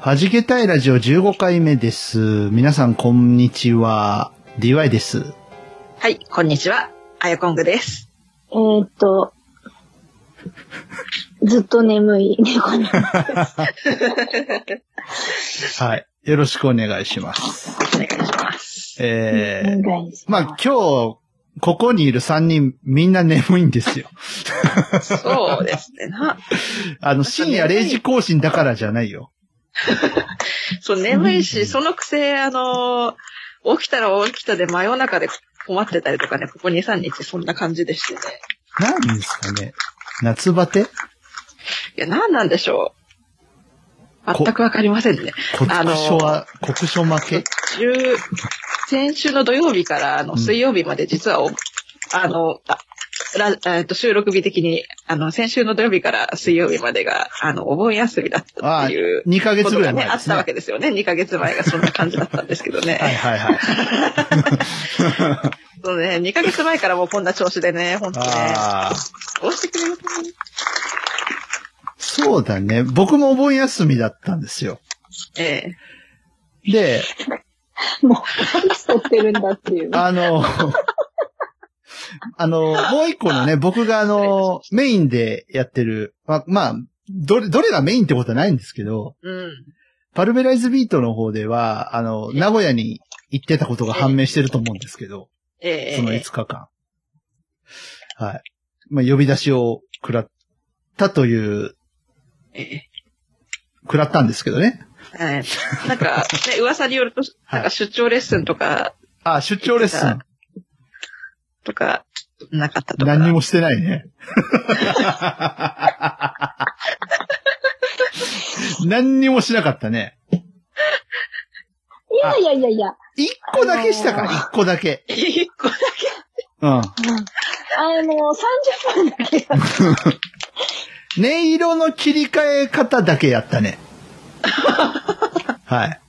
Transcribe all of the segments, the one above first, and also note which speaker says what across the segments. Speaker 1: はじけたいラジオ15回目です。皆さんこんにちは。DY です。
Speaker 2: はい、こんにちは。あやこんぐです。
Speaker 3: えーっと、ずっと眠い猫に。
Speaker 1: はい。よろしくお願いします。
Speaker 2: お願いします。
Speaker 1: え
Speaker 3: お
Speaker 1: ー、
Speaker 3: 願いし
Speaker 1: まあ
Speaker 3: ま
Speaker 1: 今
Speaker 3: す。
Speaker 1: 日、ここにいる3人みんな眠いんですよ。
Speaker 2: そうですね。な、
Speaker 1: あの、深夜0時更新だからじゃないよ。
Speaker 2: そう、眠いし、そのくせ、あのー、起きたら起きたで真夜中で困ってたりとかね、ここ2、3日そんな感じでしてね。
Speaker 1: 何ですかね。夏バテ
Speaker 2: いや、なんなんでしょう。
Speaker 1: こ
Speaker 2: 全くわかりませんね。
Speaker 1: 国書は、国書負け
Speaker 2: 10先週の土曜日から、あ
Speaker 1: う
Speaker 2: の、
Speaker 1: ん
Speaker 2: 水曜日まで実はお、あの、あラえっと収録日的に、あの、先週の土曜日から水曜日までが、あの、お盆休みだった
Speaker 1: あ
Speaker 2: っていう。
Speaker 1: 2ヶ月ぐらい前
Speaker 2: ことがね、あ
Speaker 1: で
Speaker 2: っ
Speaker 1: す
Speaker 2: た
Speaker 1: ね
Speaker 2: わ。けですよね。2ヶ月前がそんな感じだったんですけどね。
Speaker 1: はいはいはい。
Speaker 2: そうね、2ヶ月前からもうこんな調子でね、本当ね。
Speaker 1: ああ。
Speaker 2: どうしてくれるかな
Speaker 1: そうだね。僕もお盆休みだったんですよ。
Speaker 2: え
Speaker 1: で、
Speaker 3: もう、いつ撮ってるんだっていう。
Speaker 1: あの、あの、もう一個のね、僕があの、メインでやってる、まあ、まあ、どれ、どれがメインってことはないんですけど、
Speaker 2: えうん。
Speaker 1: パルベライズビートの方では、あの、名古屋に行ってたことが判明してると思うんですけど、
Speaker 2: え
Speaker 1: その
Speaker 2: え
Speaker 1: 5日間。はい。まあ、呼び出しを食らったという、
Speaker 2: ええ
Speaker 1: 食らったんですけどね。
Speaker 2: はい。なんか、ね、噂による と、
Speaker 1: はい
Speaker 2: なんか出張レッスンとか、
Speaker 1: あ、出張レッスン。
Speaker 2: とか、なかったとか。
Speaker 1: 何にもしてないね。何にもしなかったね。
Speaker 3: いやいやいやいや。
Speaker 1: 一個だけしたか、
Speaker 3: あのー
Speaker 1: 一個だけ。
Speaker 2: 一個だ
Speaker 1: うん。
Speaker 3: あの、30分だけやっ
Speaker 1: 音色の切り替え方だけやった ね。はい。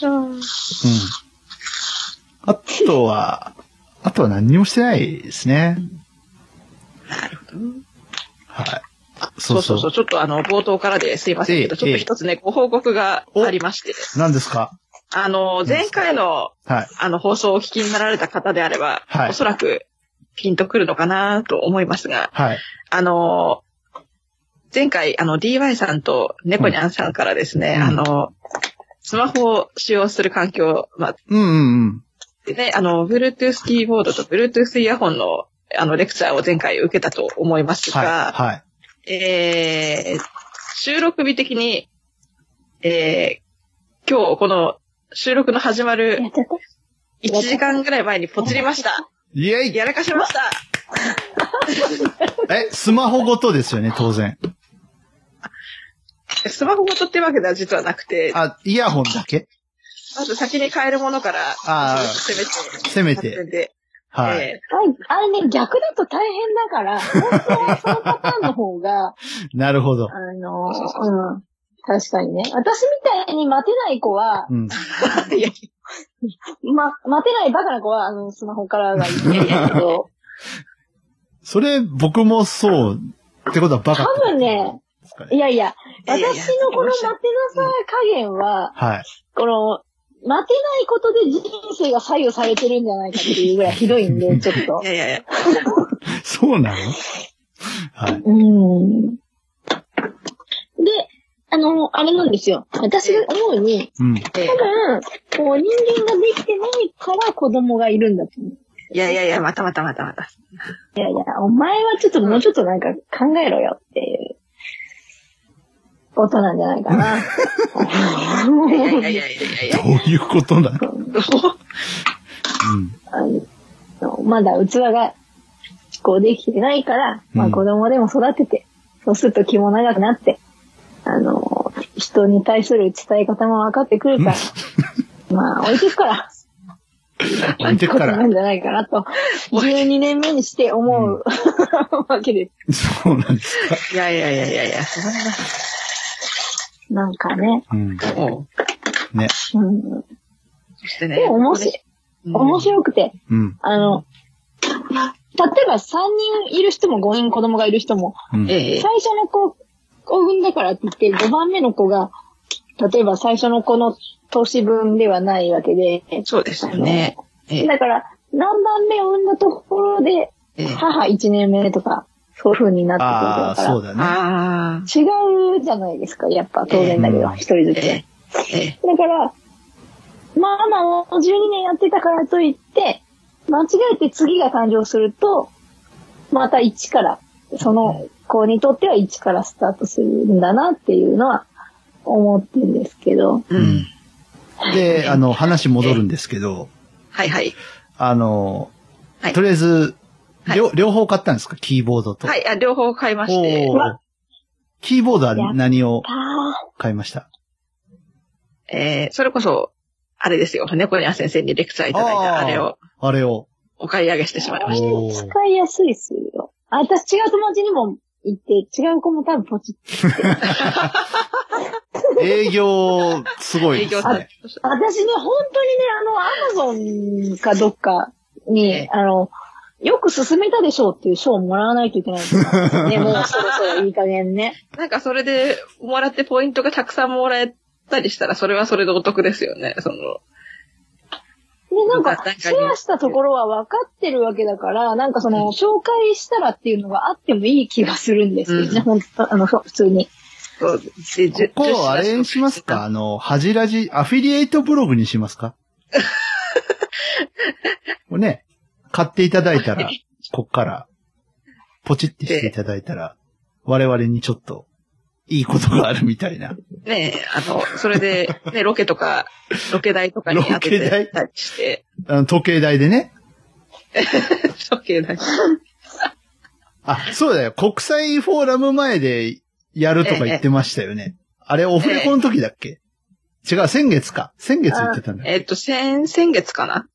Speaker 3: た。うん
Speaker 1: うん。あとは、あとは何にもしてないですね。はい。
Speaker 2: そうそうそう。ちょっとあの、冒頭からですいませんけど、
Speaker 1: ええ
Speaker 2: ちょっと一つね、ご報告がありまして。
Speaker 1: 何ですか
Speaker 2: あの、前回の、
Speaker 1: はい。
Speaker 2: あの、放送をお聞きになられた方であれば、
Speaker 1: はい
Speaker 2: おそらく、ピンとくるのかなと思いますが、
Speaker 1: はい。
Speaker 2: あの、前回、あの、DY さんと猫にゃんさんからですね、
Speaker 1: うん
Speaker 2: あの、スマホを使用する環境、まあ、
Speaker 1: うんうんうん。
Speaker 2: でね、あの、Bluetooth キーボードと Bluetooth イヤホンの、あの、レクチャーを前回受けたと思います
Speaker 1: はい。
Speaker 2: が、
Speaker 1: はい。
Speaker 2: えー、収録日的に、えー、今日この収録の始まる
Speaker 3: ちゃっ
Speaker 2: 1時間ぐらい前にポチりました。
Speaker 1: イェイ
Speaker 2: やらかしました。
Speaker 1: え、スマホごとですよね、当然。
Speaker 2: スマホごとってわけでは実はなくて、
Speaker 1: あ、イヤホンだけ
Speaker 2: まず先に買えるものから、
Speaker 1: あー
Speaker 2: 攻
Speaker 1: せめ。
Speaker 2: めて、買っててで、
Speaker 1: はい。
Speaker 2: え
Speaker 3: た。ああれね、逆だと大変だから、本当はそのパターンの方が、
Speaker 1: なるほど。
Speaker 3: あの、うん。確かにね。私みたいに待てない子は、
Speaker 1: うん。
Speaker 2: ーいや
Speaker 3: ま、待てないバカな子は、あの、スマホからがいいんだけど、
Speaker 1: それ、僕もそう。ってことはバカって
Speaker 3: 多
Speaker 1: こと
Speaker 3: 分ね、
Speaker 1: ですかね。
Speaker 3: いやいや、
Speaker 2: いやいや
Speaker 3: 私のこの待てなさ加減は、
Speaker 1: はい。
Speaker 3: この、待てないことで人生が左右されてるんじゃないかっていうぐらいひどいんで、ちょっ と
Speaker 2: い。やいやいや、
Speaker 1: そうなのはい。
Speaker 3: うん。で、あの、あれなんですよ。私が思うに、
Speaker 1: うん。
Speaker 2: え
Speaker 3: 多分、こう人間ができてないから子供がいるんだと思う。
Speaker 2: ーいやいやいや、またまたまたまた。
Speaker 3: いやいや、お前はちょっともうちょっとなんか考えろよっていう。ことなんじゃないかな。
Speaker 2: いやいやいやいやいや
Speaker 1: どういうことなの
Speaker 2: どう
Speaker 1: うん。
Speaker 3: あのまだ器がこうできてないから、ま
Speaker 1: う
Speaker 3: あ
Speaker 1: ん
Speaker 3: 子供でも育てて、そうすると気も長くなって、あの、人に対する伝え方も分かってくるから、 まあ置いてくから、
Speaker 1: 置いてくか
Speaker 3: な
Speaker 1: ら
Speaker 3: ん。じゃないかなと、12年目にして思う、 わけです。
Speaker 1: そうなんです。
Speaker 2: いやいやいやいやいや、そんな
Speaker 3: なんかね、
Speaker 1: うん。
Speaker 2: も
Speaker 1: ね。
Speaker 3: うん、
Speaker 2: う、そしてね。
Speaker 3: でも面白い面
Speaker 2: い。
Speaker 3: 白くて、
Speaker 1: うん。
Speaker 3: あの、例えば3人いる人も5人子供がいる人も、
Speaker 1: うん。
Speaker 2: ええ
Speaker 3: 最初の子を産んだからって言って、5番目の子が、例えば最初の子の年分ではないわけで、
Speaker 2: そうですよね。ええ
Speaker 3: だから、何番目を産んだところで、
Speaker 2: ええ
Speaker 3: 母1年目とか、そういう風にな
Speaker 1: ああ、
Speaker 3: ってく
Speaker 1: そ
Speaker 3: る
Speaker 1: うだね。
Speaker 2: ああ、
Speaker 3: から、違うじゃないですか、やっぱ当然だけ
Speaker 1: う
Speaker 3: ど、
Speaker 1: ん
Speaker 3: 一人ずつ。
Speaker 2: えええ
Speaker 3: だから、ママを12年やってたからといって、間違えて次が誕生すると、また1から、その子にとっては1からスタートするんだなっていうのは思ってるんですけど、
Speaker 2: え。う。。
Speaker 1: うんで、あの、話戻るんですけど、
Speaker 2: はいはい。
Speaker 1: あの
Speaker 2: は、い
Speaker 1: とりあえず、
Speaker 2: はい
Speaker 1: 両両方買ったんですかキーボードと。
Speaker 2: はい、あ両方買いまして
Speaker 1: おー。キーボードは何を
Speaker 3: あ
Speaker 1: 買いました
Speaker 2: えー、それこそ、あれですよ、猫ニャン先生にレクチャーいただいた
Speaker 1: あー
Speaker 2: あれを
Speaker 1: あれを。
Speaker 2: お買い上げしてしまいまし
Speaker 1: お
Speaker 3: あ、
Speaker 1: ー
Speaker 3: 使いやすいっすよ。あ私違う友達にも行って、違う子も多分ポチって。
Speaker 1: 営業、すご
Speaker 2: た。
Speaker 1: い
Speaker 2: 営
Speaker 1: で
Speaker 2: 業
Speaker 1: す
Speaker 2: さ
Speaker 1: ね
Speaker 2: ん。。
Speaker 3: 私ね、本当にね、あの、アマゾンかどっかに、あの、よく勧めたでしょうっていう賞をもらわないといけないんです よ。ね、もうそろそろいい加減ね。
Speaker 2: なんかそれでもらってポイントがたくさんもらえたりしたら、それはそれでお得ですよね。その、
Speaker 3: で、なん
Speaker 2: なんか
Speaker 3: か
Speaker 2: なん、か
Speaker 3: シェアしたところは分かってるわけだから、なんかその、紹介したらっていうのがあってもいい気がするんですよね、
Speaker 2: うん
Speaker 3: 本当あの、そう普通に。
Speaker 2: そうでじゅ
Speaker 1: ここ、あれ
Speaker 2: 10
Speaker 1: にしますかあの、恥じらじ、アフィリエイトブログにし ますかもうね、買っていただいたら、こっから、ポチってしていただいたら、我々にちょっと、いいことがあるみたいな。
Speaker 2: ねえ、あの、それで、ね、ロケ とか、ロケ代とかに当て
Speaker 1: ロケ代
Speaker 2: てたりして、
Speaker 1: あの、時計台でね。
Speaker 2: ロケ代。
Speaker 1: あ、そうだよ。国際フォーラム前でやるとか言ってましたよね。あれ、オフレコの時だっけ違う、先月か。先月言ってたんだ。
Speaker 2: えっと、先、先月かな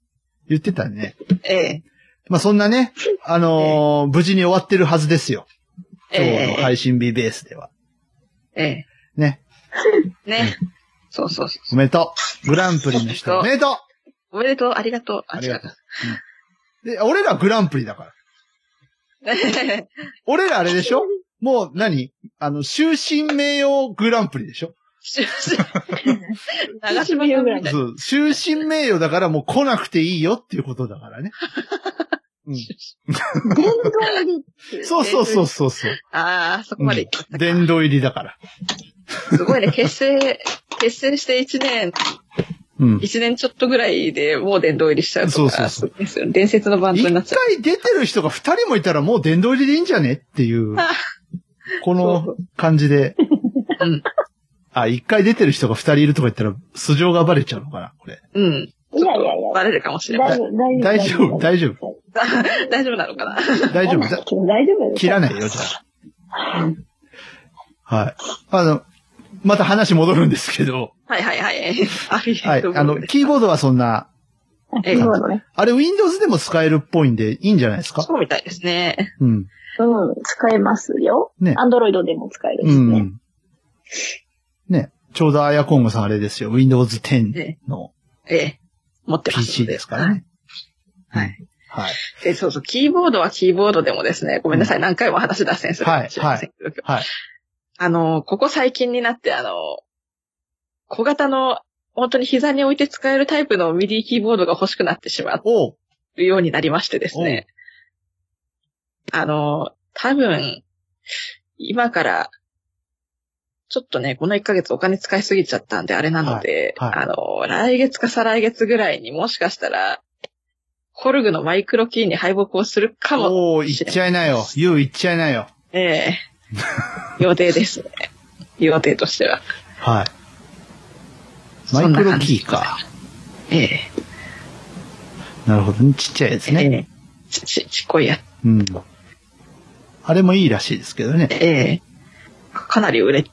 Speaker 1: 言ってたね。
Speaker 2: え
Speaker 1: まあ、そんなね、あのー無事に終わってるはずですよ。
Speaker 2: え、
Speaker 1: 今日の
Speaker 2: え
Speaker 1: 配信日ベースでは。
Speaker 2: え、え
Speaker 1: ね。
Speaker 2: え、 ね。そうそうそう。
Speaker 1: おめでとう。グランプリの人、お
Speaker 2: お
Speaker 1: め
Speaker 2: め
Speaker 1: でと
Speaker 2: おめでとう、ありがとう。
Speaker 1: ありがと
Speaker 2: う。
Speaker 1: う。で、俺らグランプリだから。
Speaker 2: 違う
Speaker 1: 俺らあれでしょもう何、あの、終身名誉グランプリでしょ
Speaker 2: 長島さんみたいな。
Speaker 1: そう。終身名誉だからもう来なくていいよっていうことだからね。
Speaker 3: 殿堂入り。
Speaker 1: そうそうそうそうそう。
Speaker 2: ああ、そこまで行っちゃったか。
Speaker 1: 殿堂入りだから。
Speaker 2: すごいね、結成、結成して1年、
Speaker 1: うん。
Speaker 2: 1年ちょっとぐらいでもう殿堂入りしちゃう
Speaker 1: そ
Speaker 2: と
Speaker 1: うそう
Speaker 2: か、
Speaker 1: そう
Speaker 2: そうですよね伝説のバンド
Speaker 1: 一
Speaker 2: になっちゃう。
Speaker 1: 回出てる人が二人もいたらもう殿堂入りでいいんじゃねっていう、この感じで。
Speaker 2: うん。
Speaker 1: あ、一回出てる人が二人いるとか言ったら素性がバレちゃうのかなこれ。
Speaker 2: うん。
Speaker 3: いやいやいや。
Speaker 2: バレるかもしれない。
Speaker 3: 大丈夫、大
Speaker 1: 大丈夫、大丈
Speaker 3: 大
Speaker 1: 夫。
Speaker 2: 大丈夫なのかな
Speaker 1: 大丈夫。
Speaker 3: 丈
Speaker 1: だ
Speaker 3: 夫。大丈夫です
Speaker 1: 切らないよ、じゃあ。はい。あの、また話戻るんですけど、
Speaker 2: はいはいはい。アフィリ
Speaker 1: は
Speaker 2: エ
Speaker 1: い
Speaker 2: イ。ト
Speaker 1: あの、キーボードはそんな、
Speaker 2: ええ
Speaker 3: そうだね。
Speaker 1: あれ Windows でも使えるっぽいんで、いいんじゃないですか
Speaker 2: そうみたいですね。
Speaker 1: うん。
Speaker 3: うん、使えますよ。
Speaker 1: ね
Speaker 3: アンドロイドでも使える
Speaker 1: う
Speaker 3: しね。
Speaker 1: ん。ね。ちょうどアヤコングさんあれですよ。Windows 10
Speaker 2: え
Speaker 1: の
Speaker 2: ええ。持ってます。
Speaker 1: PC ですから。ね。
Speaker 2: はい。
Speaker 1: はい。
Speaker 2: で、そうそう、キーボードはキーボードでもですね、ごめんなさい、何回も話脱線するかもしれませんけど
Speaker 1: はい。
Speaker 2: あの、ここ最近になって、あの、小型の、本当に膝に置いて使えるタイプのミディキーボードが欲しくなってしま
Speaker 1: おう。
Speaker 2: うようになりましてですね。あの、多分、今から、ちょっとね、この1ヶ月お金使いすぎちゃったんで、あれなので、
Speaker 1: はいはい
Speaker 2: あの、来月か再来月ぐらいにもしかしたら、コルグのマイクロキーに敗北をするかも
Speaker 1: おう、言っちゃいなよ。言う、言っちゃいなよ。
Speaker 2: ええ予定ですね。予定としては。
Speaker 1: はい。マイクロキーか。
Speaker 2: ええ
Speaker 1: なるほどね。ちっちゃいやつね。
Speaker 2: ええち、ち、ちっこいや。
Speaker 1: うん。あれもいいらしいですけどね。
Speaker 2: ええかなり売れ、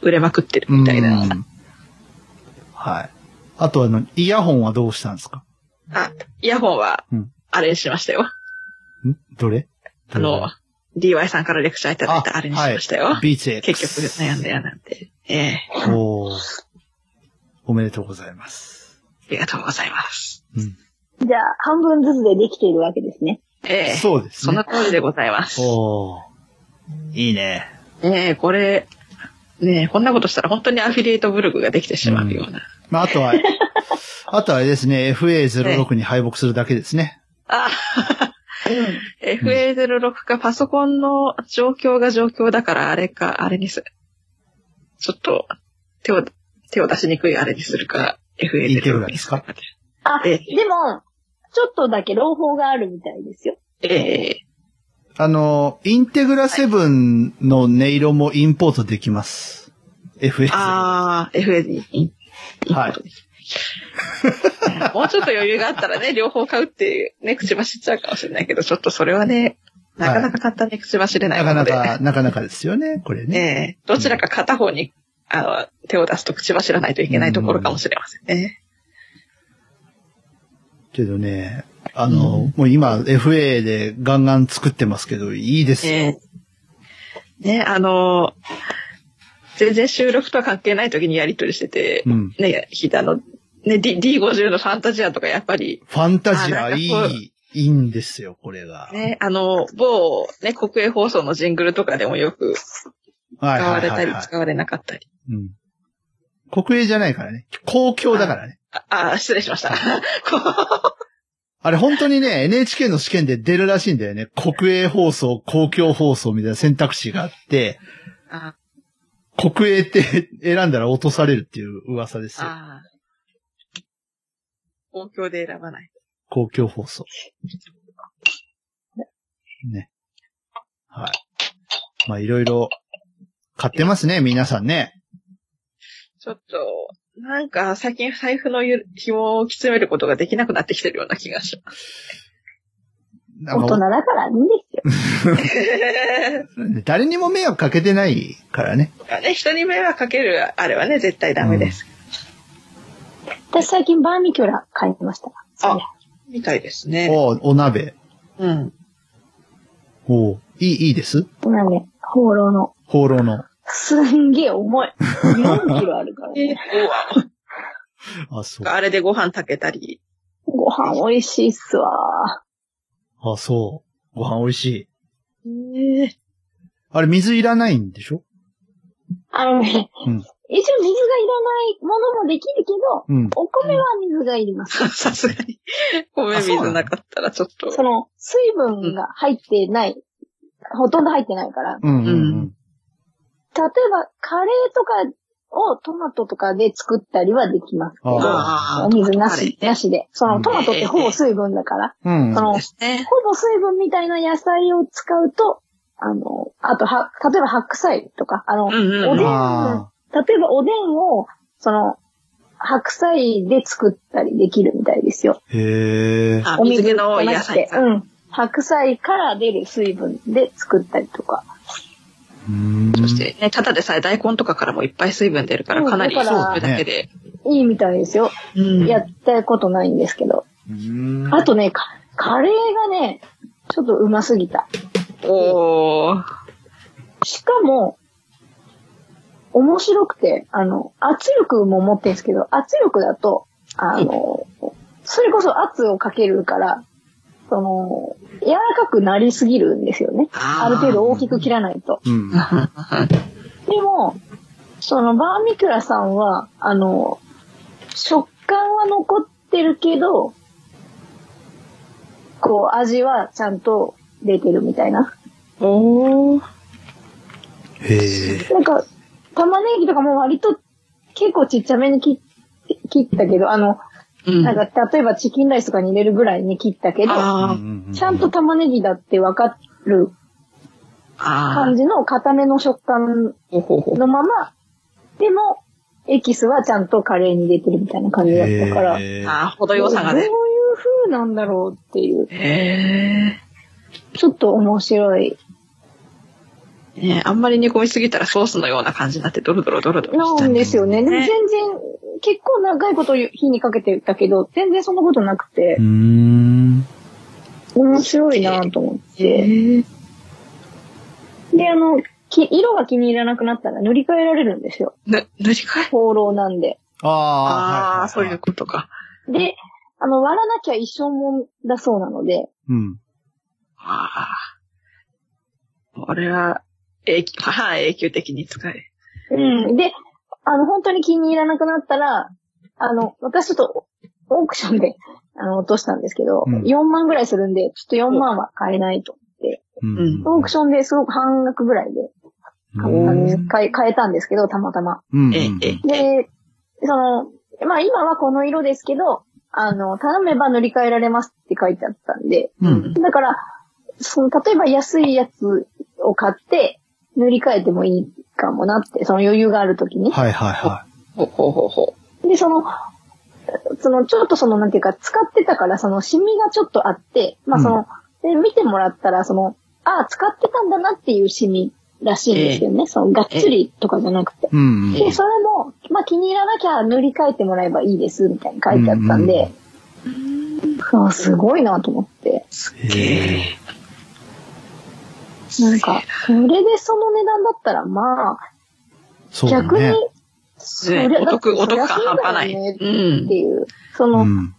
Speaker 2: 売れまくってるみたいな。
Speaker 1: うんはい。あとあの、イヤホンはどうしたんですか
Speaker 2: あ、イヤホンは
Speaker 1: うん、
Speaker 2: あれにしましたよ。
Speaker 1: んどれ
Speaker 2: あの、DY さんからレクチャーいただいたあれにしましたよ。
Speaker 1: はいビーチ X。
Speaker 2: 結局悩んでやなんて。ええ
Speaker 1: おーおめでとうございます。
Speaker 2: ありがとうございます。
Speaker 1: うん。
Speaker 3: じゃあ、半分ずつでできているわけですね。
Speaker 2: ええ
Speaker 1: そうです
Speaker 2: そ
Speaker 1: ね
Speaker 2: の。通りでございます。
Speaker 1: おーいいね。
Speaker 2: ねえ、これ、ねえ、こんなことしたら本当にアフィリエイトブログができてしまうような。
Speaker 1: まあ、あとは、 あとはあれですね、FA06 に敗北するだけですね。
Speaker 2: あ FA06 か、パソコンの状況が状況だから、あれか、あれにすちょっと、手を、手を出しにくいあれにするか、
Speaker 1: いけるが
Speaker 2: FA06
Speaker 1: で
Speaker 2: に
Speaker 1: す
Speaker 2: する
Speaker 1: か
Speaker 2: かで。
Speaker 3: あ、
Speaker 2: ええ
Speaker 3: でも、ちょっとだけ朗報があるみたいですよ。
Speaker 2: ええ
Speaker 1: あの、インテグラ7の音色もインポートできます。FA06。
Speaker 2: ああ、FA に、いい
Speaker 1: はい
Speaker 2: ことです。もうちょっと余裕があったらね、両方買うっていう、ね、口走っちゃうかもしれないけど、ちょっとそれはね、なかなか簡単に口走れない
Speaker 1: な
Speaker 2: も
Speaker 1: か
Speaker 2: の
Speaker 1: な
Speaker 2: で。
Speaker 1: か、なかなかですよね、これね。
Speaker 2: ねえ、どちらか片方に、あの、手を出すと口走らないといけないところかもしれませんね。
Speaker 1: けどね、あの、
Speaker 2: うん
Speaker 1: もう今 FA でガンガン作ってますけど、いいですよ。
Speaker 2: ええねえ、あの、全然収録とは関係ない時にやりとりしてて、
Speaker 1: うん。
Speaker 2: ねえ、ひだの、ね、D、D50 のファンタジアとかやっぱり、
Speaker 1: ファンタジ
Speaker 2: あ
Speaker 1: ア
Speaker 2: ないんかこう
Speaker 1: い、いいんですよ、これが。
Speaker 2: ね、あの、某、ね、国営放送のジングルとかでもよく
Speaker 1: はい
Speaker 2: 使わ
Speaker 1: はい
Speaker 2: れ
Speaker 1: は
Speaker 2: た
Speaker 1: い、
Speaker 2: り
Speaker 1: はい
Speaker 2: 使われなかったり。
Speaker 1: うん。国営じゃないからね。公共だからね。
Speaker 2: ああ、失礼しました。こ
Speaker 1: あれ本当にね、NHK の試験で出るらしいんだよね。国営放送、公共放送みたいな選択肢があって、
Speaker 2: う あ
Speaker 1: 国営って選んだら落とされるっていう噂ですよ。
Speaker 2: あ。公共で選ばない。
Speaker 1: 公共放送。ね。はい。まあ、いろいろ買ってますね、皆さんね。
Speaker 2: ちょっと、なんか最近財布のゆ紐をきつめることができなくなってきてるような気がします。
Speaker 1: な
Speaker 3: 大
Speaker 1: ん
Speaker 3: 人
Speaker 1: か
Speaker 3: だからいいんですよ。
Speaker 1: 誰にも迷惑かけてないからね。
Speaker 2: ね、人に迷惑かけるあれはね、絶対ダメです。
Speaker 3: 私最近バーミキュラ買いました。
Speaker 2: あみたいですね。
Speaker 1: おお鍋。
Speaker 2: うん。
Speaker 1: おういい、いいです
Speaker 3: なんで、放浪の。
Speaker 1: 放浪の。
Speaker 3: すんげえ 重い。4キロあるから
Speaker 2: え
Speaker 3: ね。
Speaker 1: あ、そう。
Speaker 2: あれでご飯炊けたり。
Speaker 3: ご飯美味しいっすわ。
Speaker 1: あ、そう。ご飯美味しい。
Speaker 2: ええ
Speaker 1: あれ、水いらないんでしょ
Speaker 3: あのね、
Speaker 1: うん
Speaker 3: 一応水がいらないものもできるけど、
Speaker 1: うん。
Speaker 3: お米は水がいります。
Speaker 2: さすがに、米水なかったらちょっと。
Speaker 3: その、水分が入ってない、ほとんど入ってないから、
Speaker 1: うんうん、う。
Speaker 2: うん
Speaker 3: 例えばカレーとかをトマトとかで作ったりはできます。
Speaker 1: ああ。
Speaker 3: お水なし、なしで。そうの
Speaker 1: ん
Speaker 3: トマトってほぼ水分だから、
Speaker 1: うんうん。
Speaker 3: そ
Speaker 1: は
Speaker 3: の、
Speaker 2: で
Speaker 3: ほ
Speaker 2: すね。
Speaker 3: ぼ水分みたいな野菜を使うと、あの、あとは、例えば白菜とか、あの、
Speaker 2: うんうんうん
Speaker 3: おでん、
Speaker 1: あ
Speaker 3: 例えばおでんを、その、白菜で作ったりできるみたいですよ。
Speaker 1: へえ。
Speaker 2: あ、
Speaker 3: お
Speaker 2: 水
Speaker 3: 水
Speaker 2: 気
Speaker 3: じゃ
Speaker 2: の多い
Speaker 3: な
Speaker 2: 野
Speaker 3: くて
Speaker 2: 菜。
Speaker 3: うん。白菜から出る水分で作ったりとか。
Speaker 1: うん。
Speaker 2: そして、ね、ただでさえ大根とかからもいっぱい水分出るから、かなり、
Speaker 3: うんだから
Speaker 2: それだけで。
Speaker 3: いいみたいですよ。
Speaker 2: うん
Speaker 3: やったことないんですけど。
Speaker 1: うん
Speaker 3: あとね、かカレーがね、ちょっとうますぎた。
Speaker 2: おー。
Speaker 3: しかも、面白くて、あの、圧力も持ってるんですけど、圧力だと、あの、それこそ圧をかけるから、その、柔らかくなりすぎるんですよね。ある程度大きく切らないと。
Speaker 1: うん。
Speaker 3: でも、そのバーミキュラさんは、あの、食感は残ってるけど、こう、味はちゃんと出てるみたいな。
Speaker 2: おー。
Speaker 1: へえ。
Speaker 3: なんか、玉ねぎとかも割と結構ちっちゃめに切っ切ったけど、あの、
Speaker 2: うん
Speaker 3: なんか例えばチキンライスとかに入れるぐらいに切ったけど、
Speaker 1: うんう
Speaker 2: あ
Speaker 1: んうん
Speaker 3: ちゃんと玉ねぎだってわかる
Speaker 2: あ、あ
Speaker 3: 感じの固めの食感
Speaker 2: あ、ほうほうほう。
Speaker 3: のまま、でも、エキスはちゃんとカレーに出てるみたいな感じだったから、
Speaker 1: へえ
Speaker 2: ああ、程よさがね
Speaker 3: ど。ういう風なんだろうっていう、
Speaker 2: へえ。
Speaker 3: ちょっと面白い
Speaker 2: ねあんまり煮込みすぎたらソースのような感じになってドロドロドロドロ。
Speaker 3: なんですよね。でも全然、結構長いこと火にかけてたけど、全然そんなことなくて
Speaker 1: うー、ん。
Speaker 3: 面白いなと思って。
Speaker 2: ええ
Speaker 3: で、あの、き色が気に入らなくなったら塗り替えられるんですよ。
Speaker 2: な、塗り替え
Speaker 3: 放浪なんで。
Speaker 1: ああ、はいはい
Speaker 2: あ
Speaker 1: は
Speaker 2: あ、そういう。ことか。
Speaker 3: で、あの、割らなきゃ一生もんだそうなので、
Speaker 1: うん。
Speaker 2: ああ。これは、永久、 半永久的に使え。
Speaker 3: うん。で、あの、本当に気に入らなくなったら、あの、私ちょっと、オークションで、 あの、落としたんですけど、
Speaker 1: うん
Speaker 3: 4万ぐらいするんで、ちょっと4万は買えないと。
Speaker 1: う
Speaker 2: うん
Speaker 1: ん。
Speaker 3: オークションですごく半額ぐらいで買ったんです、買え買えたんですけど、たまたま。
Speaker 1: うん。
Speaker 2: ええええ
Speaker 3: で、その、まあ今はこの色ですけど、あの、頼めば塗り替えられますって書いてあったんで、
Speaker 1: う。
Speaker 2: うんん。
Speaker 3: だから、その、例えば安いやつを買って、塗り替えてもいいかもなって、その余裕がある時に。
Speaker 1: はいはいは
Speaker 2: ほうほうほうほ
Speaker 3: で、その、その、ちょっとその、なんていうか、使ってたから、その、シミがちょっとあって、まあその、で見てもらったら、その、ああ、使ってたんだなっていうシミらしいんですよね。その、がっつりとかじゃなくて。
Speaker 1: い。うん。
Speaker 2: ええ
Speaker 3: で、それも、まあ気に入らなきゃ塗り替えてもらえばいいです、みたいに書いてあったんで、ああすごいなと思って。
Speaker 1: ええ
Speaker 3: なんか、それでその値段だったら、まあ、
Speaker 1: そうだ
Speaker 3: 逆に
Speaker 1: ね。、
Speaker 3: そ
Speaker 2: ね
Speaker 3: りゃ
Speaker 2: お得、お得感半端な。い。
Speaker 3: だってそりゃそうだよね
Speaker 2: うん
Speaker 3: って。いう、そうの、
Speaker 1: ん。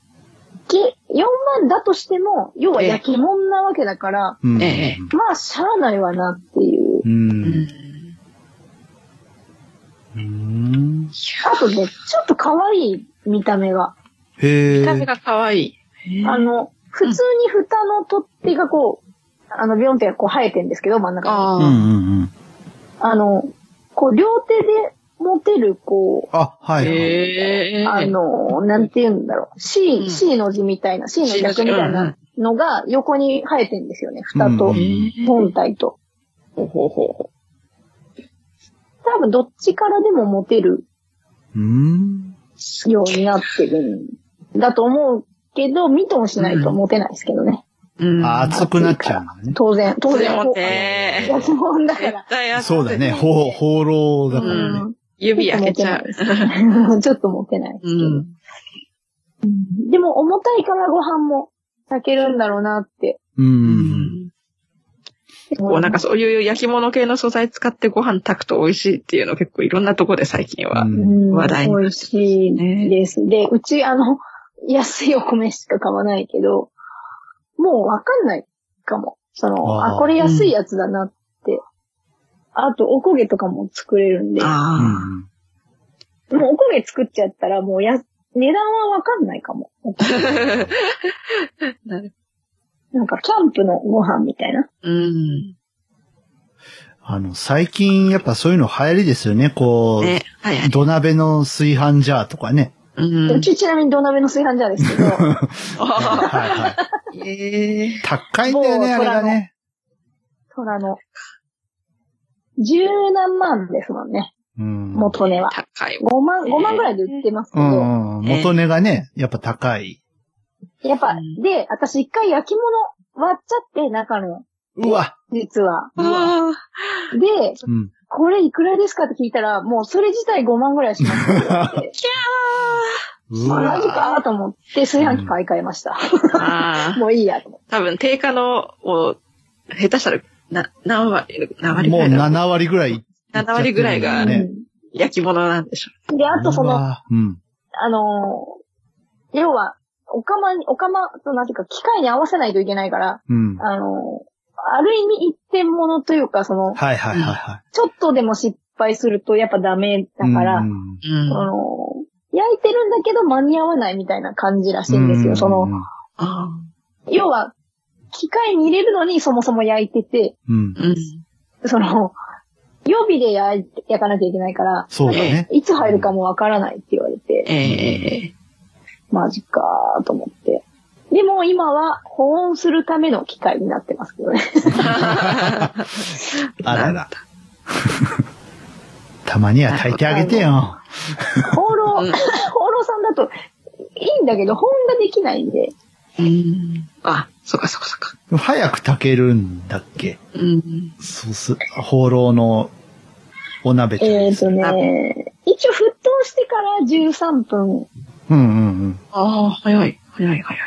Speaker 3: き4万だとしても、要は焼き物なわけだから、
Speaker 1: うん。
Speaker 2: ええ
Speaker 3: まあ、しゃあないわなっていう。
Speaker 1: う。
Speaker 2: うんん
Speaker 1: うん。
Speaker 3: あとね、ちょっと可愛い見た目が。
Speaker 1: へえ。
Speaker 2: 見た目が可愛い。
Speaker 3: あの、普通に蓋の取っ手がこう、あの、ビョンってこう生えてんですけど、真ん中に。あ
Speaker 1: う
Speaker 2: あ
Speaker 1: んう
Speaker 2: あ、
Speaker 1: んうん。
Speaker 3: の、こう、両手で持てる、こ
Speaker 1: あ、はいはい。
Speaker 2: ええ
Speaker 3: う、あの、なんて言うんだろう。
Speaker 2: う
Speaker 3: C、
Speaker 2: ん
Speaker 3: C の字みたいな、C の逆みたいなのが横に生えてんですよね、蓋
Speaker 1: う
Speaker 3: と
Speaker 1: ん
Speaker 3: 本体と。
Speaker 2: ほうほうほ
Speaker 3: 多分、どっちからでも持てる
Speaker 1: うん。
Speaker 3: ようになってるんだと思うけど、見ともしないと持てないですけどね。
Speaker 2: う。うん。
Speaker 1: あ、熱くなっちゃうんだね。
Speaker 3: 当然、当然。
Speaker 2: そうね
Speaker 3: 焼き物だか
Speaker 2: 絶
Speaker 3: ら。
Speaker 2: 対熱
Speaker 1: そうだね。ほう、放浪だからね。
Speaker 3: うん
Speaker 2: 指焼けちゃう。
Speaker 3: ちょっと持てない ですけど。
Speaker 2: うん。
Speaker 3: でも重たいからご飯も炊けるんだろうなって。
Speaker 1: うん。
Speaker 3: 結
Speaker 2: こうなんかそういう焼き物系の素材使ってご飯炊くと美味しいっていうの結構いろんなとこで最近は。
Speaker 3: うん、
Speaker 2: 話題に
Speaker 3: 美味しいです。で、うちあの、安いお米しか買わないけど、もうわかんないかも。その、
Speaker 1: あー
Speaker 3: あこれ安いやつだなって。あと、おこげとかも作れるんで。
Speaker 2: あ
Speaker 3: もうおこげ作っちゃったら、もうや、値段はわかんないかも。
Speaker 2: あ。なる
Speaker 3: なんか、キャンプのご飯みたいな。
Speaker 2: うん。
Speaker 1: あの、最近やっぱそういうの流行りですよね。こ
Speaker 2: ね。はいは
Speaker 1: う、
Speaker 2: い。
Speaker 1: 土鍋の炊飯ジャーとか ね。
Speaker 2: うん。
Speaker 3: うちちなみに土鍋の炊飯ジャーですけど、
Speaker 2: あ
Speaker 1: はいはい。
Speaker 2: ーええ。
Speaker 1: 高いんだよね、あ
Speaker 3: もう
Speaker 1: れがね。
Speaker 3: 虎の、十何万ですもんね、
Speaker 1: うん。
Speaker 3: 元値は。
Speaker 2: 高いわ。
Speaker 3: 5万、5万ぐらいで売ってますけ
Speaker 1: う
Speaker 3: ど、
Speaker 1: んうん。元値がね、やっぱ高い。
Speaker 3: やっぱ
Speaker 2: う、ん
Speaker 3: で、私一回焼き物割っちゃって、中の、
Speaker 1: うわ
Speaker 3: 実は。
Speaker 2: あ
Speaker 3: で、
Speaker 1: うん。
Speaker 3: これいくらですかって聞いたら、もうそれ自体5万ぐらいしますって言われて
Speaker 1: う
Speaker 3: まあマジ
Speaker 1: わ
Speaker 3: かと思って、炊飯器買い替えました。
Speaker 2: あ。ああ。
Speaker 3: もういいやと思って。
Speaker 2: 多分定価のを、下手したら、な、何割、何割ぐ
Speaker 1: もう
Speaker 2: らいだろう
Speaker 1: 7割ぐらい。
Speaker 2: 7割ぐらいが
Speaker 1: ね。
Speaker 2: 焼き物なんでしょ
Speaker 3: うんで、あとそうの、
Speaker 1: わうん。
Speaker 3: あのー要は、お釜に、お釜となんていうか、機械に合わせないといけないから、
Speaker 1: うん。
Speaker 3: あのーある意味一点物というか、そ
Speaker 1: はい
Speaker 3: の、
Speaker 1: はいはいは
Speaker 3: ちょっとでも失敗するとやっぱダメだ
Speaker 1: い。
Speaker 3: から、
Speaker 1: うん
Speaker 2: う。うん
Speaker 3: あ。のー焼いてるんだけど間に合わないみたいな感じらしいんですよ。その、、
Speaker 2: あ
Speaker 3: 要は、機械に入れるのにそもそも焼いてて、
Speaker 1: うん。
Speaker 2: ーうん。
Speaker 3: その、予備で焼い焼かなきゃいけないから、
Speaker 1: そうだね。
Speaker 3: いつ入るかもわからないって言われて、
Speaker 2: ええ
Speaker 3: マジかーと思って。でも今は保温するための機械になってますけどね。
Speaker 1: あらら。 たまには炊いてあげてよ。
Speaker 3: 放浪、放
Speaker 2: うん
Speaker 3: 浪さんだといいんだけど、保温ができないんで。
Speaker 2: うん。あ、そっかそっかそっか。
Speaker 1: 早く炊けるんだっけ
Speaker 2: うん。
Speaker 1: そうす、放浪のお鍋ちゃん
Speaker 3: え
Speaker 1: で
Speaker 3: っ、ー、
Speaker 1: す。
Speaker 3: とね、一応沸騰してから13分。
Speaker 1: うんうんうん。
Speaker 2: ああ、早い、早い、早い。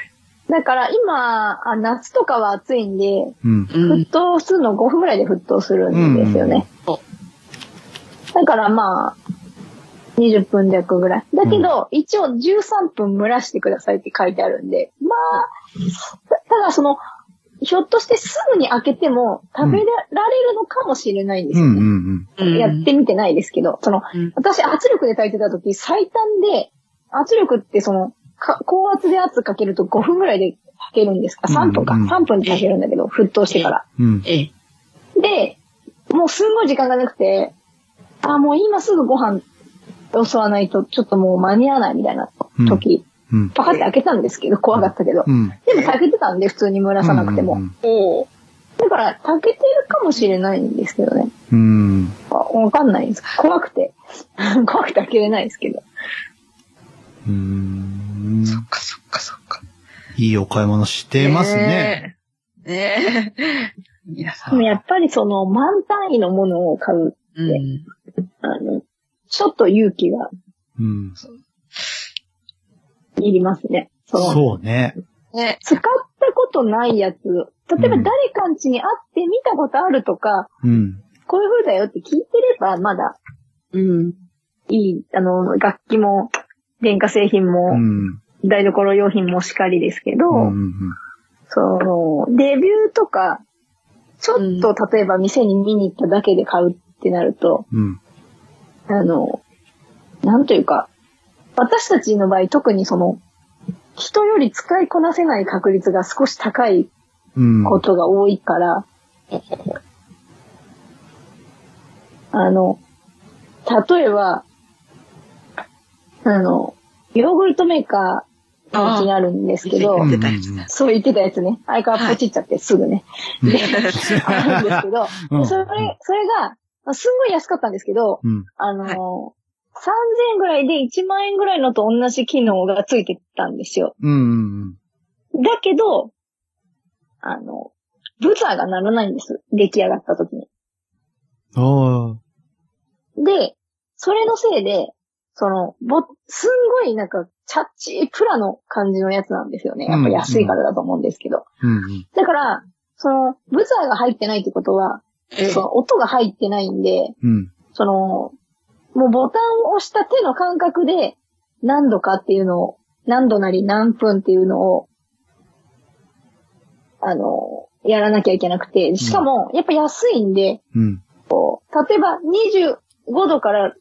Speaker 3: だから今、あ夏とかは暑いんで、
Speaker 1: うん。
Speaker 2: う
Speaker 3: 沸
Speaker 2: ん。
Speaker 3: 騰するの5分ぐらいで沸騰するんですよね。
Speaker 2: うんお
Speaker 3: だからまあ、20分弱ぐらい。だけど、一応13分蒸らしてくださいって書いてあるんで、まあ、たただその、ひょっとしてすぐに開けても食べられるのかもしれないんです
Speaker 1: う
Speaker 3: よ
Speaker 1: んう
Speaker 3: ね。
Speaker 1: ん
Speaker 2: うん
Speaker 3: やってみてないですけど、その、
Speaker 2: うん
Speaker 3: 私圧力で炊いてた時、最短で、圧力ってその、か高圧で圧かけると5分ぐらいで炊けるんですか ?3 分か。
Speaker 1: うんうん
Speaker 3: 3分で炊けるんだけど、沸騰してから。
Speaker 1: うん。うん。
Speaker 2: ええ。
Speaker 3: で、もうすんごい時間がなくて、あ、もう今すぐご飯よそわないと、ちょっともう間に合わないみたいな時、
Speaker 1: うん。
Speaker 3: パカって開けたんですけど、怖かったけど。
Speaker 1: うん。
Speaker 3: でも炊けてたんで、普通に蒸らさなくて
Speaker 1: う
Speaker 3: も
Speaker 1: ん。
Speaker 2: おお。
Speaker 3: だから、炊けてるかもしれないんですけどね。
Speaker 1: うん。
Speaker 3: あわかんないんです。怖くて。 怖くて開けれないですけど。
Speaker 1: うん。
Speaker 2: そっかそっかそっか。
Speaker 1: いいお買い物してますね。
Speaker 2: え。ねえ。皆さ
Speaker 3: でも
Speaker 2: ん。
Speaker 3: やっぱりその満単位のものを買う、
Speaker 2: うん。
Speaker 3: あの、ちょっと勇気が
Speaker 1: うん。
Speaker 3: いりますね。その、
Speaker 1: そうね。
Speaker 2: ね
Speaker 3: 使ったことないやつ、例えば
Speaker 1: うん
Speaker 3: 誰かん家に会って見たことあるとか、
Speaker 1: うん。
Speaker 3: こういう風だよって聞いてればまだ
Speaker 2: うん。
Speaker 3: いい、あの、楽器も、電化製品
Speaker 1: う
Speaker 3: も、
Speaker 1: ん。
Speaker 3: 台所用品もしかりですけど、
Speaker 1: うんうん
Speaker 3: その、デビューとか、ちょっと例えば店に見に行っただけで買うってなると、
Speaker 1: うん。
Speaker 3: あの、なんというか、私たちの場合特にその、人より使いこなせない確率が少し高い
Speaker 1: うん。
Speaker 3: ことが多いから、あの、例えば、あの、ヨーグルトメーカーがうちにあるんですけど、
Speaker 1: うんうん
Speaker 3: そう言ってたやつね。相変わらずポチっちゃって、すぐね。
Speaker 1: うん
Speaker 3: で、あるんですけど、
Speaker 1: うん
Speaker 3: それ、それが、まあすんごい安かったんですけど、
Speaker 1: うん。
Speaker 3: あのー、
Speaker 2: はい
Speaker 3: 3000円ぐらいで1万円ぐらいのと同じ機能がついてたんですよ。
Speaker 1: うんうん
Speaker 3: だけど、あの、ブザーが鳴らないんです。出来上がった時に。
Speaker 1: うん。ああ。
Speaker 3: で、それのせいで、その、ぼ、すんごいなんか、チャッチープラの感じのやつなんですよね。やっぱ安いからだと思うんですけど。
Speaker 1: うんうん。
Speaker 3: だから、その、ブザーが入ってないってことは、
Speaker 2: ええ
Speaker 3: そ。の音が入ってないんで、
Speaker 1: うん。
Speaker 3: その、もうボタンを押した手の感覚で、何度かっていうのを、何度なり何分っていうのを、あの、やらなきゃいけなくて、しかも、やっぱ安いんで、
Speaker 1: うん。
Speaker 3: こう、例えば25度から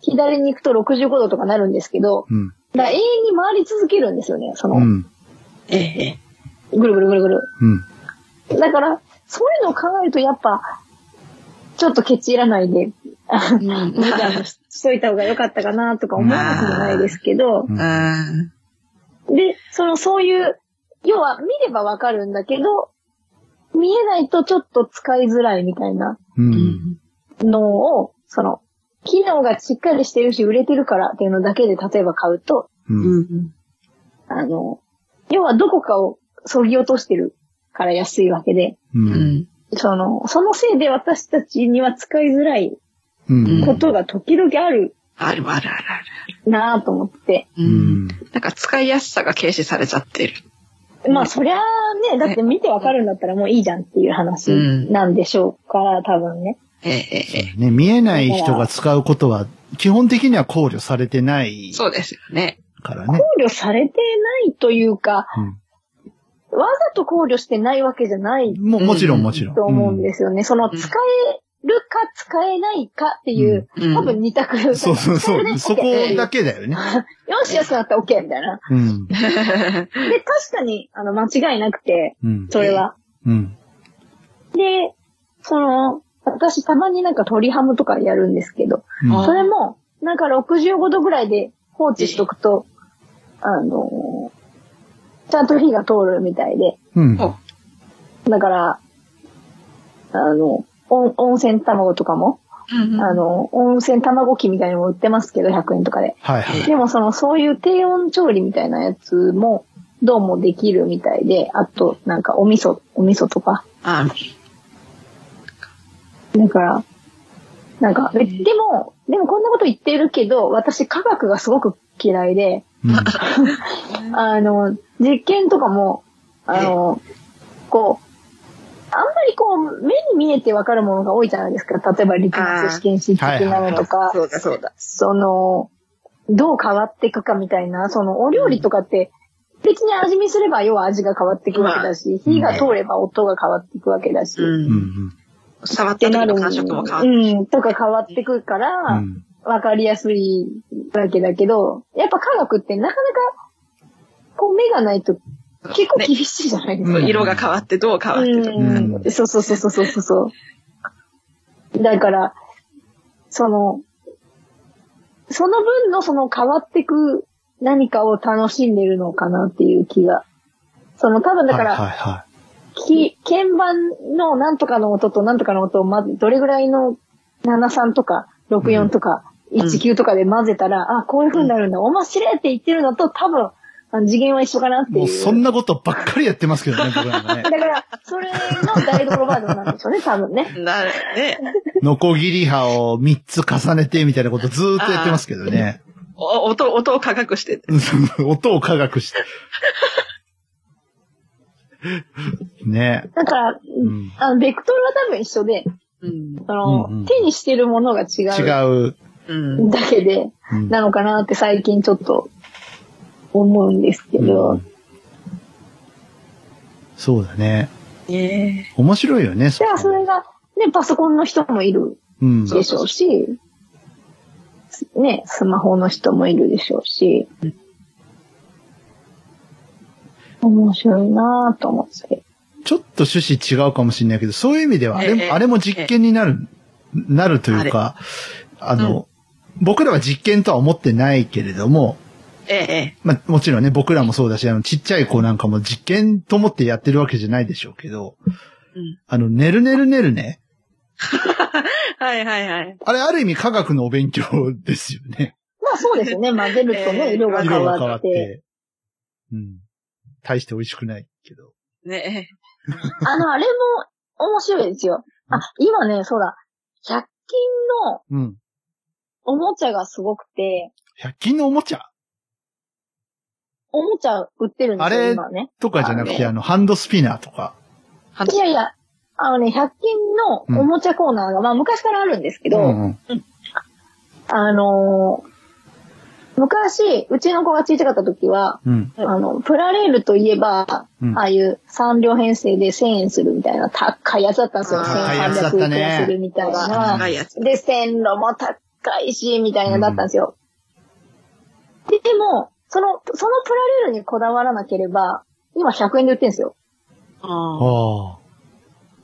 Speaker 3: 左に行くと65度とかなるんですけど、
Speaker 1: うん。
Speaker 3: だから永遠に回り続けるんですよね、そうの、
Speaker 1: ん。
Speaker 2: ええ。
Speaker 3: ぐるぐるぐるぐる。
Speaker 1: うん。
Speaker 3: だから、そういうのを考えると、やっぱ、ちょっとケチいらないで、
Speaker 2: うん
Speaker 3: 無駄にしといた方が良かったかなとか思わなくもないですけど、
Speaker 1: うん
Speaker 2: うん。
Speaker 3: で、その、そういう、要は見ればわかるんだけど、見えないとちょっと使いづらいみたいな
Speaker 1: うん。
Speaker 2: うん。
Speaker 3: のを、その、機能がしっかりしてるし、売れてるからっていうのだけで、例えば買うと、
Speaker 1: うん。
Speaker 2: うん。
Speaker 3: あの、要はどこかを削ぎ落としてるから安いわけで、
Speaker 1: うん。
Speaker 2: うん。
Speaker 3: その、そのせいで私たちには使いづらい
Speaker 1: うん。
Speaker 3: ことが時々ある
Speaker 2: あるあるあるある。
Speaker 3: なぁと思って、
Speaker 2: う。
Speaker 1: うんん。
Speaker 2: なんか使いやすさが軽視されちゃってる。
Speaker 3: まあそりゃあね、だって見てわかるんだったらもういいじゃんっていう話
Speaker 2: うん
Speaker 3: なんでしょうから、多分ね。
Speaker 2: ええええ。
Speaker 1: ね、見えない人が使うことは、基本的には考慮されてない
Speaker 2: そうですよね。
Speaker 1: からね。
Speaker 3: 考慮されてないというか、わざと考慮してないわけじゃない
Speaker 1: うん。も、もちろんもちろん。。
Speaker 3: と思うんですすよね。その使えるか使えないかっていう、
Speaker 2: うん
Speaker 3: 多分二択。
Speaker 1: そうそう
Speaker 3: 使
Speaker 1: そ
Speaker 3: えるね
Speaker 1: う。そこ
Speaker 3: OK
Speaker 1: だけだよね。
Speaker 3: よし、安くなったら OK みたいな。
Speaker 1: うん。
Speaker 3: で、確かに、あの、間違いなくて、
Speaker 1: うん。
Speaker 3: それは。
Speaker 1: うん。
Speaker 3: で、その、私たまになんか鳥ハムとかやるんですけど、
Speaker 1: うん
Speaker 3: それも、なんか65度ぐらいで放置しとくと、あのーちゃんと火が通るみたいで、
Speaker 1: うん。
Speaker 2: お
Speaker 3: だから、あの、温温泉卵とかも、
Speaker 2: うん
Speaker 3: あの、温泉卵機みたいなのも売ってますけど、100円とかで。
Speaker 1: はいはい。
Speaker 3: でもその、そういう低温調理みたいなやつも、どうもできるみたいで、あと、なんかお味噌、お味噌とか。
Speaker 2: あ
Speaker 3: だから、なんか、えでも、でもこんなこと言ってるけど、私科学がすごく嫌いで、
Speaker 1: うん。
Speaker 3: あの、実験とかも、あの、こう、あんまりこう、目に見えてわかるものが多いじゃないですか。例えば、力学試験士的なのとか、
Speaker 2: そうだそうだ。
Speaker 3: その、どう変わっていくかみたいな、その、お料理とかって、別に味見すれば、要は味が変わっていくわけだし、
Speaker 1: まあ
Speaker 3: 火が通れば音が変わっていくわけだし、
Speaker 2: う。
Speaker 1: うんうんん
Speaker 2: 触っ
Speaker 3: って
Speaker 2: た
Speaker 3: な
Speaker 2: 時
Speaker 3: る
Speaker 2: の
Speaker 3: の
Speaker 2: 感触も変わる。
Speaker 3: うん、とか変わってくか
Speaker 1: う
Speaker 3: ら、
Speaker 1: ん。
Speaker 3: わかりやすいわけだけど、やっぱ科学ってなかなか、こう目がないと結構厳しいじゃないですか。
Speaker 1: ね
Speaker 2: 色が変わってどう変わってとか。
Speaker 3: うんそうそうそうそうそうそうそう。だから、その、その分のその変わってく何かを楽しんでるのかなっていう気が。その多分だから、
Speaker 1: はいはいはい。
Speaker 3: き鍵盤のなんとかの音となんとかの音をまず、どれぐらいの73とか64とか
Speaker 2: ん
Speaker 3: 19とかで混ぜたら、あ、こういう風になるんだ。面白いって言ってるのと多分、あの次元は一緒かなっていう。
Speaker 1: もうそんなことばっかりやってますけどね、僕らもね
Speaker 3: だ。から、それの台所バージョンなんで しょうね、多分ね。
Speaker 2: なるね。
Speaker 1: ノコギリ葉を3つ重ねてみたいなことずーっとやってますけどね。
Speaker 2: お音、音を科学して。
Speaker 1: 音を科学して。 ね
Speaker 3: だから、
Speaker 1: うん
Speaker 3: あの、ベクトルは多分一緒で、
Speaker 2: うん。
Speaker 3: その、
Speaker 1: うんうん
Speaker 3: 手にしてるものが違
Speaker 1: 違
Speaker 3: う
Speaker 1: う。
Speaker 2: うん。
Speaker 3: だけで、
Speaker 1: うん
Speaker 3: なのかなって最近ちょっと思うんですけど、
Speaker 1: うんそうだね。
Speaker 2: え
Speaker 1: 面白いよね、
Speaker 3: じゃあそれが、ね、パソコンの人もいる
Speaker 1: うん。
Speaker 3: でしょうし、ね、スマホの人もいるでしょうし、面白いなぁと思って。
Speaker 1: ちょっと趣旨違うかもしれないけど、そういう意味では、あれ
Speaker 2: ええ
Speaker 1: も、あれも実験になる、なるというか、あの、僕らは実験とは思ってないけれども、
Speaker 2: ええ
Speaker 1: まあ、もちろんね、僕らもそうだし、あの、ちっちゃい子なんかも実験と思ってやってるわけじゃないでしょうけど、
Speaker 2: うん
Speaker 1: あの、ねるねるねるね。
Speaker 2: え。はいはいはい。
Speaker 1: あれ、ある意味科学のお勉強ですよね。
Speaker 3: まあそうですよね、混ぜると
Speaker 2: え
Speaker 3: ね、
Speaker 2: え
Speaker 3: 色が変
Speaker 1: 色が変
Speaker 3: わ
Speaker 1: わ
Speaker 3: っ。
Speaker 1: ってて。うん。大して美味しくないけど。
Speaker 2: ね
Speaker 3: あの、あれも面白いですよ。あ、今ね、そうだ、100均の
Speaker 1: うん。
Speaker 3: おもちゃがすごくて、
Speaker 1: 100均のおもちゃ
Speaker 3: おもちゃ売ってるんです
Speaker 1: あ
Speaker 3: よ、
Speaker 1: れ
Speaker 3: 今ね。
Speaker 1: とかじゃなく
Speaker 2: あ
Speaker 1: て、あの、ハンドスピナーとか。
Speaker 3: いやいや、あのね、100均のおもちゃコーナーが、まあ昔からあるんですけ
Speaker 1: う
Speaker 3: ど、
Speaker 1: んうん。
Speaker 3: あのー昔、うちの子が小さかった時は、
Speaker 1: うん。
Speaker 3: あの、プラレールといえば、
Speaker 1: うん
Speaker 3: ああいう3両編成で1000円するみたいな高いやつだったんですよ。
Speaker 2: あー高い
Speaker 1: やつだっ
Speaker 3: 1300
Speaker 1: た
Speaker 3: いく
Speaker 1: ね
Speaker 3: らするみたいな。
Speaker 2: 長いやつ。
Speaker 3: で、線路も高いし、みたいなだったんですよ。ででも、その、そのプラレールにこだわらなければ、今100円で売ってるんですよ。
Speaker 2: ああ。
Speaker 1: ああ。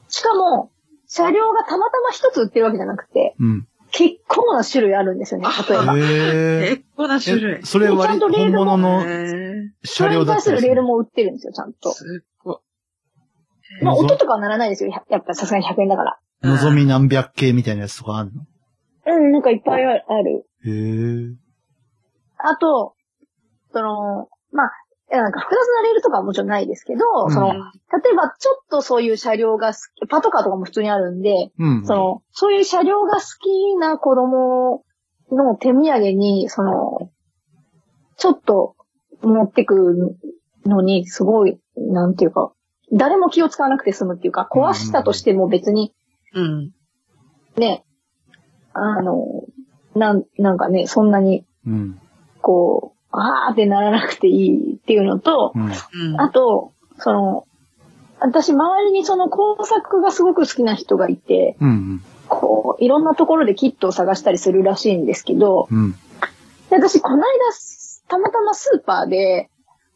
Speaker 3: しかも、車両がたまたま一つ売ってるわけじゃなくて、
Speaker 1: うん。
Speaker 3: 結構な種類あるんですよね、例えば。
Speaker 1: へえ。
Speaker 2: 結構な種類
Speaker 1: え。それ
Speaker 3: ちゃん
Speaker 1: 割
Speaker 3: と
Speaker 1: り、
Speaker 3: レール
Speaker 1: 本
Speaker 3: も
Speaker 1: 物
Speaker 2: え
Speaker 1: の
Speaker 2: え。
Speaker 3: そ
Speaker 1: 車
Speaker 3: れ
Speaker 1: 両
Speaker 3: に
Speaker 1: だ
Speaker 3: 対
Speaker 1: ったん
Speaker 3: す
Speaker 1: で
Speaker 3: る
Speaker 1: す
Speaker 3: レール
Speaker 1: ね
Speaker 3: も売ってるんですよ、ちゃんと。
Speaker 2: すっごい。
Speaker 3: まあ、
Speaker 1: のぞ
Speaker 3: 音とかは鳴らないですよ、ややっぱさすがに100円だから。
Speaker 1: のぞみ何百系みたいなやつとかあるの
Speaker 3: うん、なんかいっぱいある。
Speaker 1: へえ。
Speaker 3: あと、その、まあ、いやなんか複雑なレールとかはもちろんないですけど、
Speaker 1: うん
Speaker 3: その、
Speaker 2: うん
Speaker 3: 例えばちょっとそういう車両が好き、パトカーとかも普通にあるんで、
Speaker 1: うん。
Speaker 3: その、そういう車両が好きな子供の手土産に、その、ちょっと持ってくのに、すごい、なんていうか、誰も気を使わなくて済むっていうか、壊したとしても別に、
Speaker 2: うん。
Speaker 3: あの、なん、なんかね、そんなに、
Speaker 1: うん。
Speaker 3: こう、あーってならなくていいっていうのと、
Speaker 1: うん。
Speaker 2: うん。
Speaker 3: あと、その、私、周りにその工作がすごく好きな人がいて、
Speaker 1: うん。
Speaker 3: こう、いろんなところでキットを探したりするらしいんですけど、
Speaker 1: うん。
Speaker 3: で私、この間、たまたまスーパーで、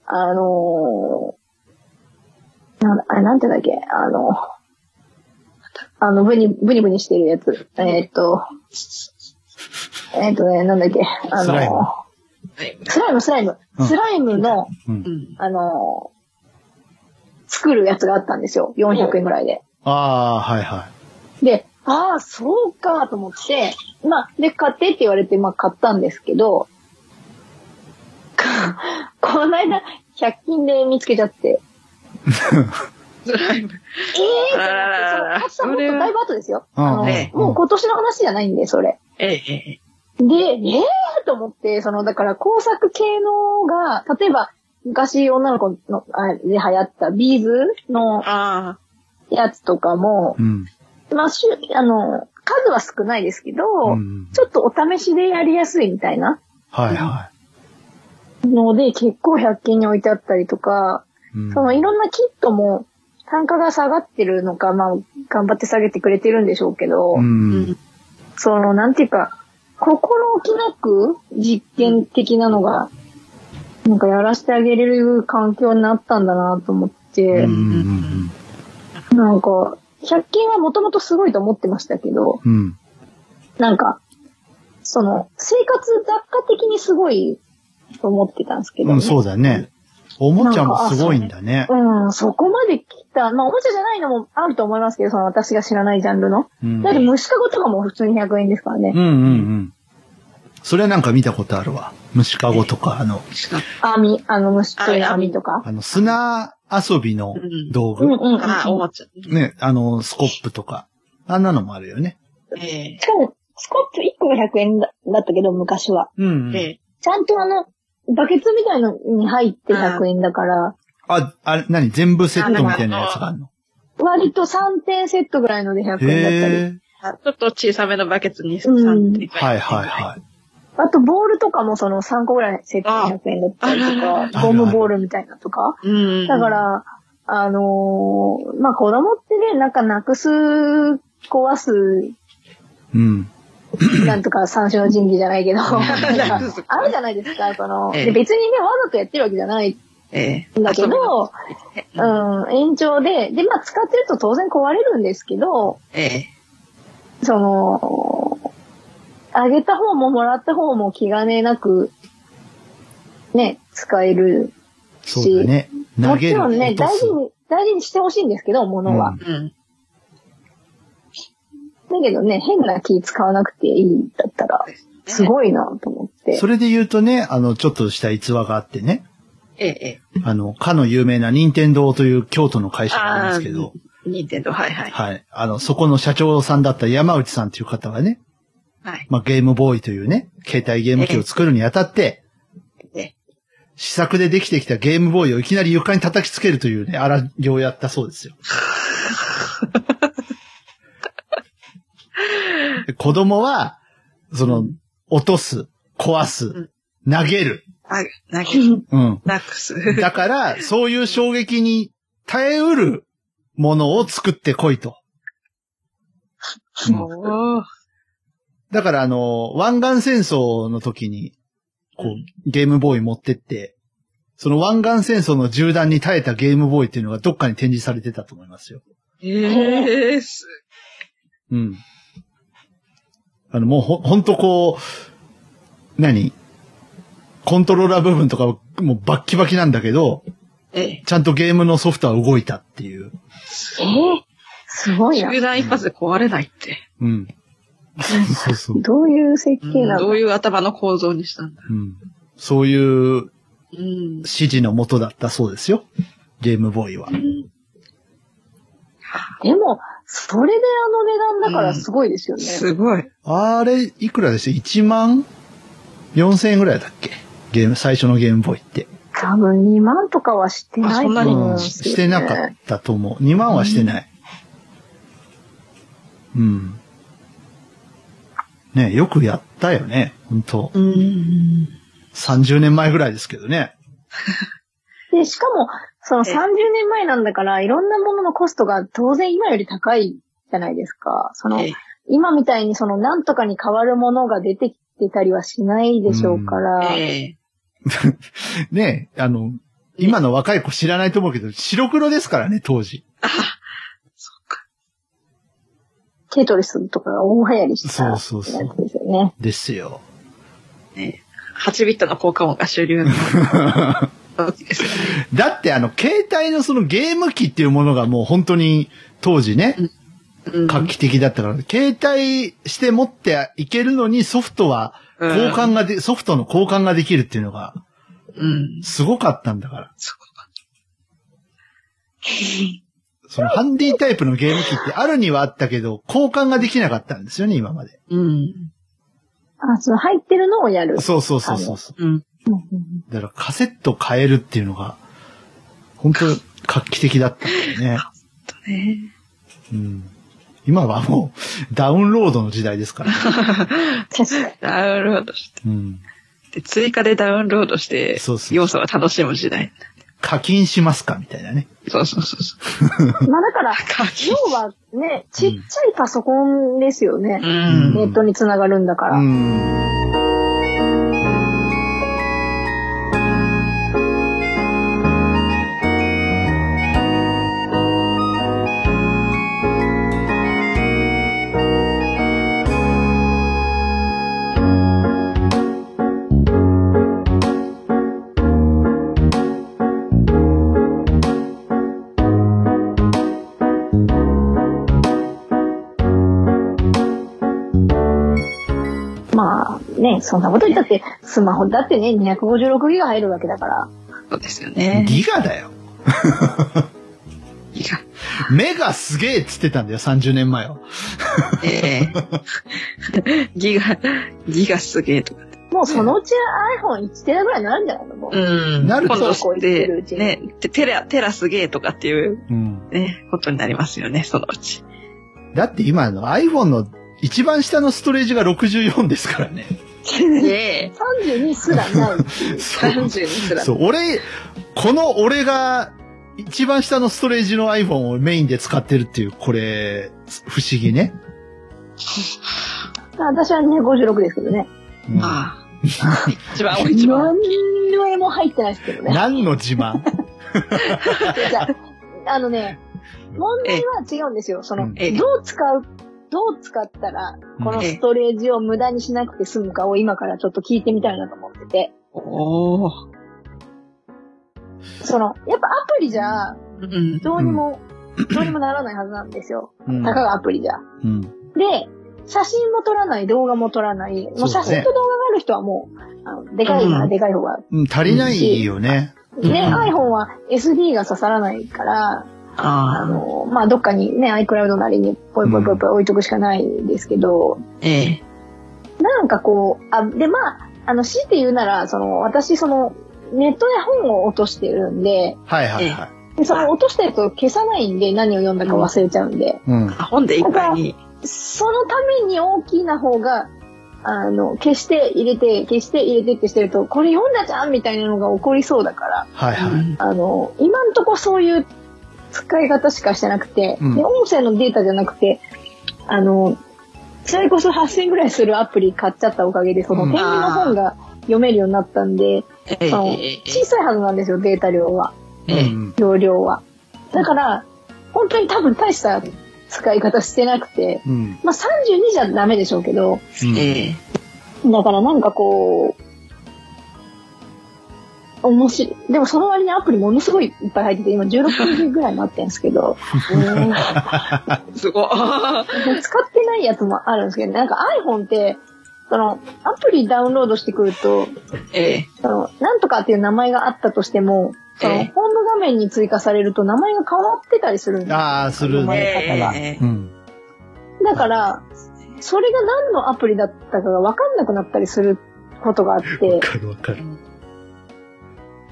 Speaker 3: あのーなん、あれ、なんて言うんだっけ、あの、あの、ブニ、ブニブニしてるやつ。えーっと、えーっとね、なんだっけ、あ
Speaker 1: スライム
Speaker 3: の、
Speaker 2: はい。
Speaker 3: スライム、スライム、
Speaker 1: うん
Speaker 3: スライムの、
Speaker 1: うん
Speaker 2: う。ん。
Speaker 3: あのー作るやつがあったんですよ。400円ぐらいで。
Speaker 1: ああ、はいは
Speaker 3: で、ああ、そうかと思って、まあ、で、買ってって 言われて、まあ、買ったんですけど、かこの間、 100均で見つけちゃって。
Speaker 2: ドライブ。
Speaker 3: ええー、
Speaker 2: あらららら
Speaker 3: って、そう、
Speaker 2: それ
Speaker 3: も
Speaker 2: は
Speaker 3: っとだいぶ後ですよ。
Speaker 1: うん
Speaker 3: あの、
Speaker 2: え
Speaker 1: え
Speaker 3: もう今年の話じゃないんで、それ。
Speaker 2: ええ、ええ。
Speaker 3: で、ええー、と思って、その、だから工作系のが、例えば、昔女の子の、あで流行ったビーズの
Speaker 2: あ
Speaker 3: やつとかも、
Speaker 1: うん。
Speaker 3: まあ、しゅあの、数は少ないですけど、
Speaker 1: うん
Speaker 3: ちょっとお試しでやりやすいみたいな
Speaker 1: はいは
Speaker 3: ので、結構100均に置いてあったりとか、
Speaker 1: い。うん
Speaker 3: そのいろんなキットも単価が下がってるのか、まあ、頑張って下げてくれてるんでしょうけど、
Speaker 2: あ。う
Speaker 1: うんん。。
Speaker 3: その、なんていうか、心置きなく実験的なのが、なんかやらせてあげれる環境になったんだなと思って、
Speaker 1: うんうん
Speaker 3: なんか、100均はもともとすごいと思ってましたけど、
Speaker 1: うん。うん。
Speaker 3: なんか、その、生活雑貨的にすごいと思ってたんですけど、
Speaker 1: うん、そうだね。おもちゃもすごいんだね。
Speaker 3: うん、そこまで来た。まあ、おもちゃじゃないのもあると思いますけど、その私が知らないジャンルの。
Speaker 1: うん。
Speaker 3: だって虫かごとかも普通に100円ですからね。
Speaker 1: うんうんうん。それなんか見たことあるわ。虫かごとか、あの、
Speaker 2: しかも
Speaker 3: 網、あの虫取りの網とか。
Speaker 1: あの、砂遊びの道
Speaker 3: うんう
Speaker 1: 具。
Speaker 3: んうん。
Speaker 2: ああ、おもちゃ。
Speaker 1: ね、あの、スコップとか。あんなのもあるよね。
Speaker 2: え
Speaker 3: しかも、スコップ1個が100円だだったけど、昔は。
Speaker 1: うん、
Speaker 2: え、
Speaker 1: うん。
Speaker 2: え
Speaker 3: ちゃんとあの、バケツみたいのに入って100円だから、
Speaker 1: あ、あれ、何全部セットみたいなやつがあるの
Speaker 3: 割と3点セットぐらいので100円だったり。
Speaker 1: へえ。
Speaker 2: あちょっと小さめのバケツに
Speaker 3: うん
Speaker 2: 3点。
Speaker 1: はいはいはい。
Speaker 3: あと、ボールとかもその3個ぐらいセット
Speaker 2: あ
Speaker 3: 100円だったりと
Speaker 2: あらら
Speaker 3: か、ゴムボールみたいなとか。
Speaker 2: い。うん。
Speaker 3: だか、ら、あのーまあ、子供ってね、なんかなくす、壊す、
Speaker 1: うん。
Speaker 3: な んとか三種の神器じゃないけど、なん
Speaker 2: くす
Speaker 3: かあるじゃないですか、その、
Speaker 2: ええ
Speaker 3: で別にね、わざとやってるわけじゃない
Speaker 2: ええ。
Speaker 3: んだけ
Speaker 2: 遊びの
Speaker 3: ど、うん、延長で、で、まあ、使ってると当然壊れるんですけど、
Speaker 2: ええ。
Speaker 3: その、あげた方ももらった方も気兼ねなく、ね、使える。
Speaker 1: そうだね。投
Speaker 3: も
Speaker 1: げ
Speaker 3: ち
Speaker 1: る。
Speaker 3: ろんね、
Speaker 1: 落と
Speaker 3: 大
Speaker 1: す
Speaker 3: 事に、大事にしてほしいんですけど、物は。
Speaker 1: うん
Speaker 2: うん。
Speaker 3: だけどね、変な気使わなくていいんだったら、す
Speaker 2: い。
Speaker 3: ごいなと思って
Speaker 1: そ。れで言うとね、あの、ちょっとした逸話があってね。
Speaker 2: ええ、
Speaker 1: あの、かの有名な任天堂という京都の会
Speaker 2: ええ。
Speaker 1: 社があるん
Speaker 2: あ
Speaker 1: で
Speaker 2: あ
Speaker 1: すけど、、
Speaker 2: ニンテンドー、はいはい。
Speaker 1: はい。あの、そこの社長さんだった山内さんという方がね、
Speaker 2: はい。
Speaker 1: まあ、ゲームボーイというね、携帯ゲーム機を作るにあたって、
Speaker 2: ええ。
Speaker 1: 試作でできてきたゲームボーイをいきなり床に叩きつけるというね、荒行をやったそう ですよ。で子供は、その、落とす、壊す、投げる。
Speaker 2: あ、なく、
Speaker 1: うん。
Speaker 2: なくす。
Speaker 1: だから、そういう衝撃に耐えうるものを作ってこいと。うん
Speaker 2: おー
Speaker 1: だから、あの、湾岸戦争の時に、こ
Speaker 2: う
Speaker 1: う、ゲームボーイ持ってって、その湾岸戦争の銃弾に耐えたゲームボーイっていうのがどっかに展示されてたと思いますよ。
Speaker 2: ええ、す
Speaker 1: うん。あの、もうほ、ほんとこう、何コントローラー部分とかはもうバッキバキなんだけど、
Speaker 2: ええ。
Speaker 1: ちゃんとゲームのソフトは動いたっていう。
Speaker 3: えー、すごいな。
Speaker 2: 集団一発で壊れないって。
Speaker 1: うん。 そうそう。
Speaker 3: どういう設計な
Speaker 2: ど
Speaker 3: の
Speaker 2: ういう頭の構造にしたんだ。
Speaker 1: うん。そういう
Speaker 2: うん
Speaker 1: 指。示のもとだったそうですよ。ゲームボーイは。
Speaker 3: でも、それであの値段だからすごいですよね。
Speaker 2: すごい。
Speaker 1: あれ、いくらでした ?1 万4千円ぐらいだっけゲーム、最初のゲームボーイって。
Speaker 3: 多分2万とかはしてないと
Speaker 2: あそん
Speaker 3: 思
Speaker 1: う
Speaker 3: う
Speaker 1: ん、
Speaker 3: んですよ、ね。
Speaker 1: してなかったと思う。2万はしてない。うん。ねよくやったよね。本当
Speaker 2: うん。
Speaker 1: 30年前ぐらいですけどね。
Speaker 3: で、しかも、その
Speaker 2: ええ
Speaker 3: 30年前なんだから、いろんなもののコストが当然今より高いじゃないですか。その
Speaker 2: ええ、
Speaker 3: 今みたいにその何とかに変わるものが出てきてたりはしないでしょうから。
Speaker 2: え
Speaker 1: ねあの、今の若い子知らないと思うけど、白黒ですからね、当時。
Speaker 3: テトリスとかが大流行りした
Speaker 1: そ
Speaker 3: や
Speaker 1: う
Speaker 3: つ
Speaker 1: そう
Speaker 3: です
Speaker 1: そう
Speaker 3: よね。
Speaker 1: ですよ。
Speaker 2: え。ね8ビットの効果音が主流の 時ですよね。
Speaker 1: だってあの、携帯のそのゲーム機っていうものがもう本当に当時ね、
Speaker 2: うん
Speaker 1: 画期的だったから、携帯して持っていけるのにソフトは、
Speaker 2: うん
Speaker 1: 交換がで、ソフトの交換ができるっていうのが、
Speaker 2: うん。
Speaker 1: すごかったんだから。
Speaker 2: そこが。
Speaker 1: そのハンディタイプのゲーム機ってあるにはあったけど、交換ができなかったんですよね、今まで。
Speaker 2: うん。
Speaker 3: あ、その入ってるのをやる。
Speaker 1: そうそうそうそうそう。
Speaker 2: うん。
Speaker 3: うんうんうん
Speaker 1: だからカセット変えるっていうのが、本当画期的だったんだよね。
Speaker 2: とね。
Speaker 1: うん。今はもう、ダウンロードの時代です から、ね。
Speaker 3: 確かに。
Speaker 2: ダウンロードして、
Speaker 1: うん。
Speaker 2: で追加でダウンロードして
Speaker 1: そうそうそ、う
Speaker 2: 要素は楽しむ時代。
Speaker 1: 課金しますかみたいなね。
Speaker 2: そうそうそうそう。
Speaker 3: まあだから、
Speaker 2: 課金
Speaker 3: 要はね、ちっちゃいパソコンですよね
Speaker 2: う。ん。
Speaker 3: ネットにつながるんだから。
Speaker 1: うん。
Speaker 3: まあね、そんなこと言ったって、スマホだってね、256ギガ入るわけだから。
Speaker 2: そうですよね。
Speaker 1: ギガだよ。
Speaker 2: ギガ。
Speaker 1: 目がすげえっつってたんだよ、30年前は。
Speaker 2: ええギガ、ギガすげえとか。
Speaker 3: もうそのうち iPhone1 テラぐらいになるんじゃないのもう。
Speaker 2: うん。
Speaker 1: なる
Speaker 2: 今度
Speaker 3: そうこう
Speaker 2: し
Speaker 3: 言って
Speaker 2: て
Speaker 3: るうち、に
Speaker 2: ね、てテラ、テラすげえとかっていう、
Speaker 1: うん。
Speaker 2: ね、ことになりますよね、そのうち。
Speaker 1: だって今の iPhone の一番下のストレージが64ですからね。
Speaker 2: ええ
Speaker 3: 32すらない。
Speaker 1: そう。
Speaker 2: 32すら。
Speaker 1: そう、俺、この俺が、一番下のストレージの iPhone をメインで使ってるっていう、これ、不思議ね。
Speaker 3: 私は256ですけどね。
Speaker 1: うん
Speaker 2: まあ。一番多い、一番多い。
Speaker 3: 何にも入ってないですけど ね。
Speaker 1: 何の自慢
Speaker 3: じゃあ、あのね、問題は違うんですよ。その、
Speaker 1: うん
Speaker 3: どう使う、どう使ったら、この
Speaker 2: ええ
Speaker 3: ストレージを無駄にしなくて済むかを今からちょっと聞いてみたいなと思ってて。
Speaker 2: おお。
Speaker 3: その、やっぱアプリじゃ、
Speaker 2: うん。
Speaker 3: どうにも、どうにもならないはずなんですよ。
Speaker 1: うん
Speaker 3: たかがアプリじゃ。
Speaker 1: うん。
Speaker 3: で、写真も撮らない、動画も撮らない。もう
Speaker 1: そう
Speaker 3: 写
Speaker 1: ですね
Speaker 3: 真と動画がある人はもう、あのでかいなら
Speaker 2: うん
Speaker 3: でかい方が。
Speaker 1: うん、足りないよね。
Speaker 3: ね、
Speaker 2: うん
Speaker 3: iPhone は SD が刺さらないから、あ
Speaker 2: ああ。
Speaker 3: の、まあ、どっかにね、iCloud なりにポイポイポイポイ置いとくしかないんですけど、
Speaker 2: ええ
Speaker 3: なんかこう、あ、で、まあ、あの、強いて言うなら、その、私、その、ネットで本を落としてるんで、
Speaker 1: はいはいはい。
Speaker 3: でその落としたやつを消さないんで、何を読んだか忘れちゃうんで、
Speaker 1: うん。
Speaker 2: あ本でいっぱいに。
Speaker 3: そのために大きな方が、あの、消して入れて、消して入れてってしてると、これ読んだじゃんみたいなのが起こりそうだから、
Speaker 1: はいはい。
Speaker 3: あの、今んとこそういう使い方しかしてなくて、
Speaker 1: うん
Speaker 3: で、音声のデータじゃなくて、あの、それこそ8000円ぐらいするアプリ買っちゃったおかげで、その
Speaker 1: うん
Speaker 3: 点字の本が読めるようになったんで、
Speaker 2: ええ
Speaker 3: その
Speaker 2: ええ
Speaker 3: 小さいはずなんですよ、データ量は、
Speaker 1: う
Speaker 2: ええ
Speaker 1: ん。
Speaker 3: 容量は。だから、本当に多分大した使い方してなくて、
Speaker 1: うん。
Speaker 3: まあ32じゃダメでしょうけど、
Speaker 1: うん
Speaker 2: ええ
Speaker 3: だからなんかこう、面白い。でもその割にアプリものすごいいっぱい入ってて、今16種類ぐらいになってるんです けど、うん
Speaker 2: すごい。
Speaker 3: 使ってないやつもあるんですけど、なんか iPhone って、その、アプリダウンロードしてくると、
Speaker 2: ええ
Speaker 3: その、なんとかっていう名前があったとしても、その、ホ
Speaker 2: え
Speaker 3: ー
Speaker 2: え
Speaker 3: ム画面に追加されると名前が変わってたりするんです
Speaker 1: ああ、する
Speaker 3: え
Speaker 1: ね。
Speaker 2: ええ
Speaker 1: うん。
Speaker 3: だから、それが何のアプリだったかが分かんなくなったりすることがあって
Speaker 1: わ、かるわかる。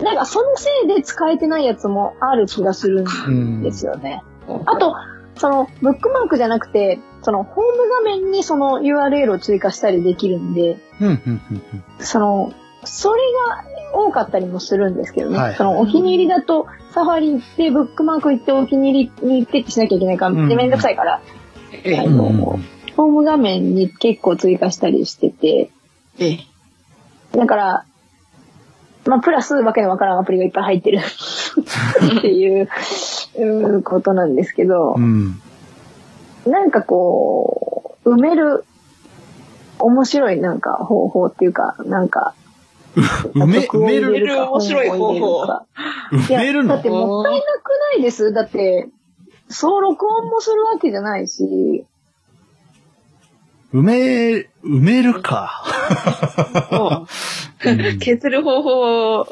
Speaker 3: なんかそのせいで使えてないやつもある気がする
Speaker 1: うんん。
Speaker 3: ですよね。あと、その、ブックマークじゃなくて、その、ホーム画面にその URL を追加したりできるんで、
Speaker 1: うん、うん、うん
Speaker 3: その、それが多かったりもするんですけどね。
Speaker 1: はい
Speaker 3: その、お気に入りだと、サファリ行って、ブックマーク行って、お気に入りに行ってってしなきゃいけないから、
Speaker 1: うん
Speaker 3: めんどくさいから、
Speaker 2: ええ
Speaker 3: は
Speaker 1: う
Speaker 3: い
Speaker 1: ん。うんうん
Speaker 3: ホーム画面に結構追加したりしてて、
Speaker 2: ええ
Speaker 3: だから、まあ、プラスわけのわからんアプリがいっぱい入ってるっていう、うんことなんですけど、
Speaker 1: うん。
Speaker 3: なんかこう、埋める、面白いなんか方法っていうか、なんか、
Speaker 1: 埋め、埋め
Speaker 2: 埋め
Speaker 1: る、
Speaker 2: る面白い方法
Speaker 1: 埋める
Speaker 3: いやだっ
Speaker 1: の
Speaker 3: てもったいなくないですだって、そう録音もするわけじゃないし、
Speaker 1: 埋め、埋めるか。
Speaker 2: もう削る方法を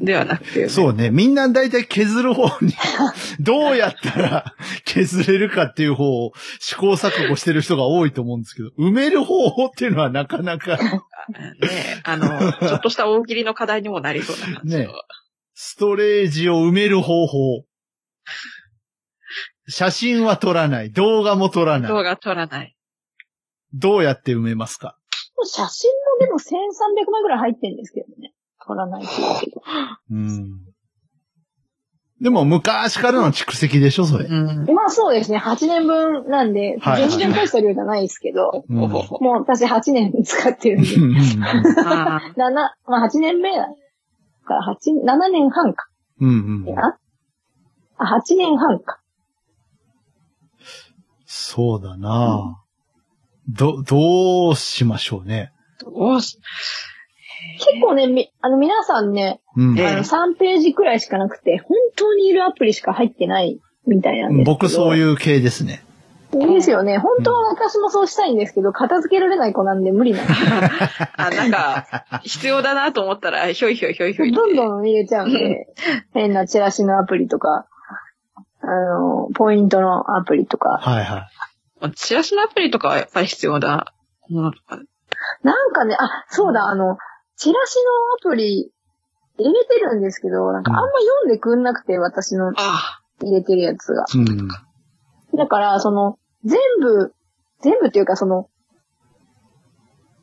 Speaker 2: ではなくて、ね、
Speaker 1: そうね。みんな大体削る方に、 どうやったら 削れるかっていう方を試行錯誤してる人が多いと思うんですけど、埋める方法っていうのはなかなか
Speaker 2: ね、あの、ちょっとした大喜利の課題にもなりそうな感じの。
Speaker 1: ねストレージを埋める方法。写真は撮らない。動画も撮ら
Speaker 2: 動
Speaker 1: ない。
Speaker 2: 画撮らない。
Speaker 1: どうやって埋めますか
Speaker 3: 写真もでも1300枚ぐらい入ってるんですけどね。撮らないですけど。
Speaker 1: うん。でも昔からの蓄積でしょ、それ。
Speaker 2: うん。
Speaker 3: まあそうですね、8年分なんで、
Speaker 1: はい
Speaker 3: 全然大した量じゃないですけど、
Speaker 1: うん
Speaker 2: ほほほ
Speaker 3: もう私8年使っ てるんで、
Speaker 1: うんうん
Speaker 2: あー
Speaker 3: 7、まあ8年目だから、8、7年半か。
Speaker 1: うんうんうん。
Speaker 3: なあ、8年半か。
Speaker 1: そうだな、ど、どうしましょうね。
Speaker 2: どうし、
Speaker 3: 結構ね、みあの皆さんね、
Speaker 1: うん。
Speaker 2: え
Speaker 3: あの3ページくらいしかなくて、本当にいるアプリしか入ってないみたいなんですけど。
Speaker 1: 僕そういう系ですね。
Speaker 3: いいですよね。本当は私もそうしたいんですけど、片付けられない子なんで無理なんで
Speaker 2: あ、なんか、必要だなと思ったら、ひょいひょいひょいひょ
Speaker 3: す。
Speaker 2: い。
Speaker 3: どんどん入れちゃうんで、変なチラシのアプリとか、あの、ポイントのアプリとか。
Speaker 1: はいはい。
Speaker 2: チラシのアプリとかはやっぱり必要だ。ものとか
Speaker 3: なんかね、あ、そうだ、あの、チラシのアプリ入れてるんですけど、なんかあんま読んでくんなくて、私の
Speaker 2: あ
Speaker 3: 入れてるやつが。
Speaker 1: うん。
Speaker 3: だから、その、全部、全部っていうか、その、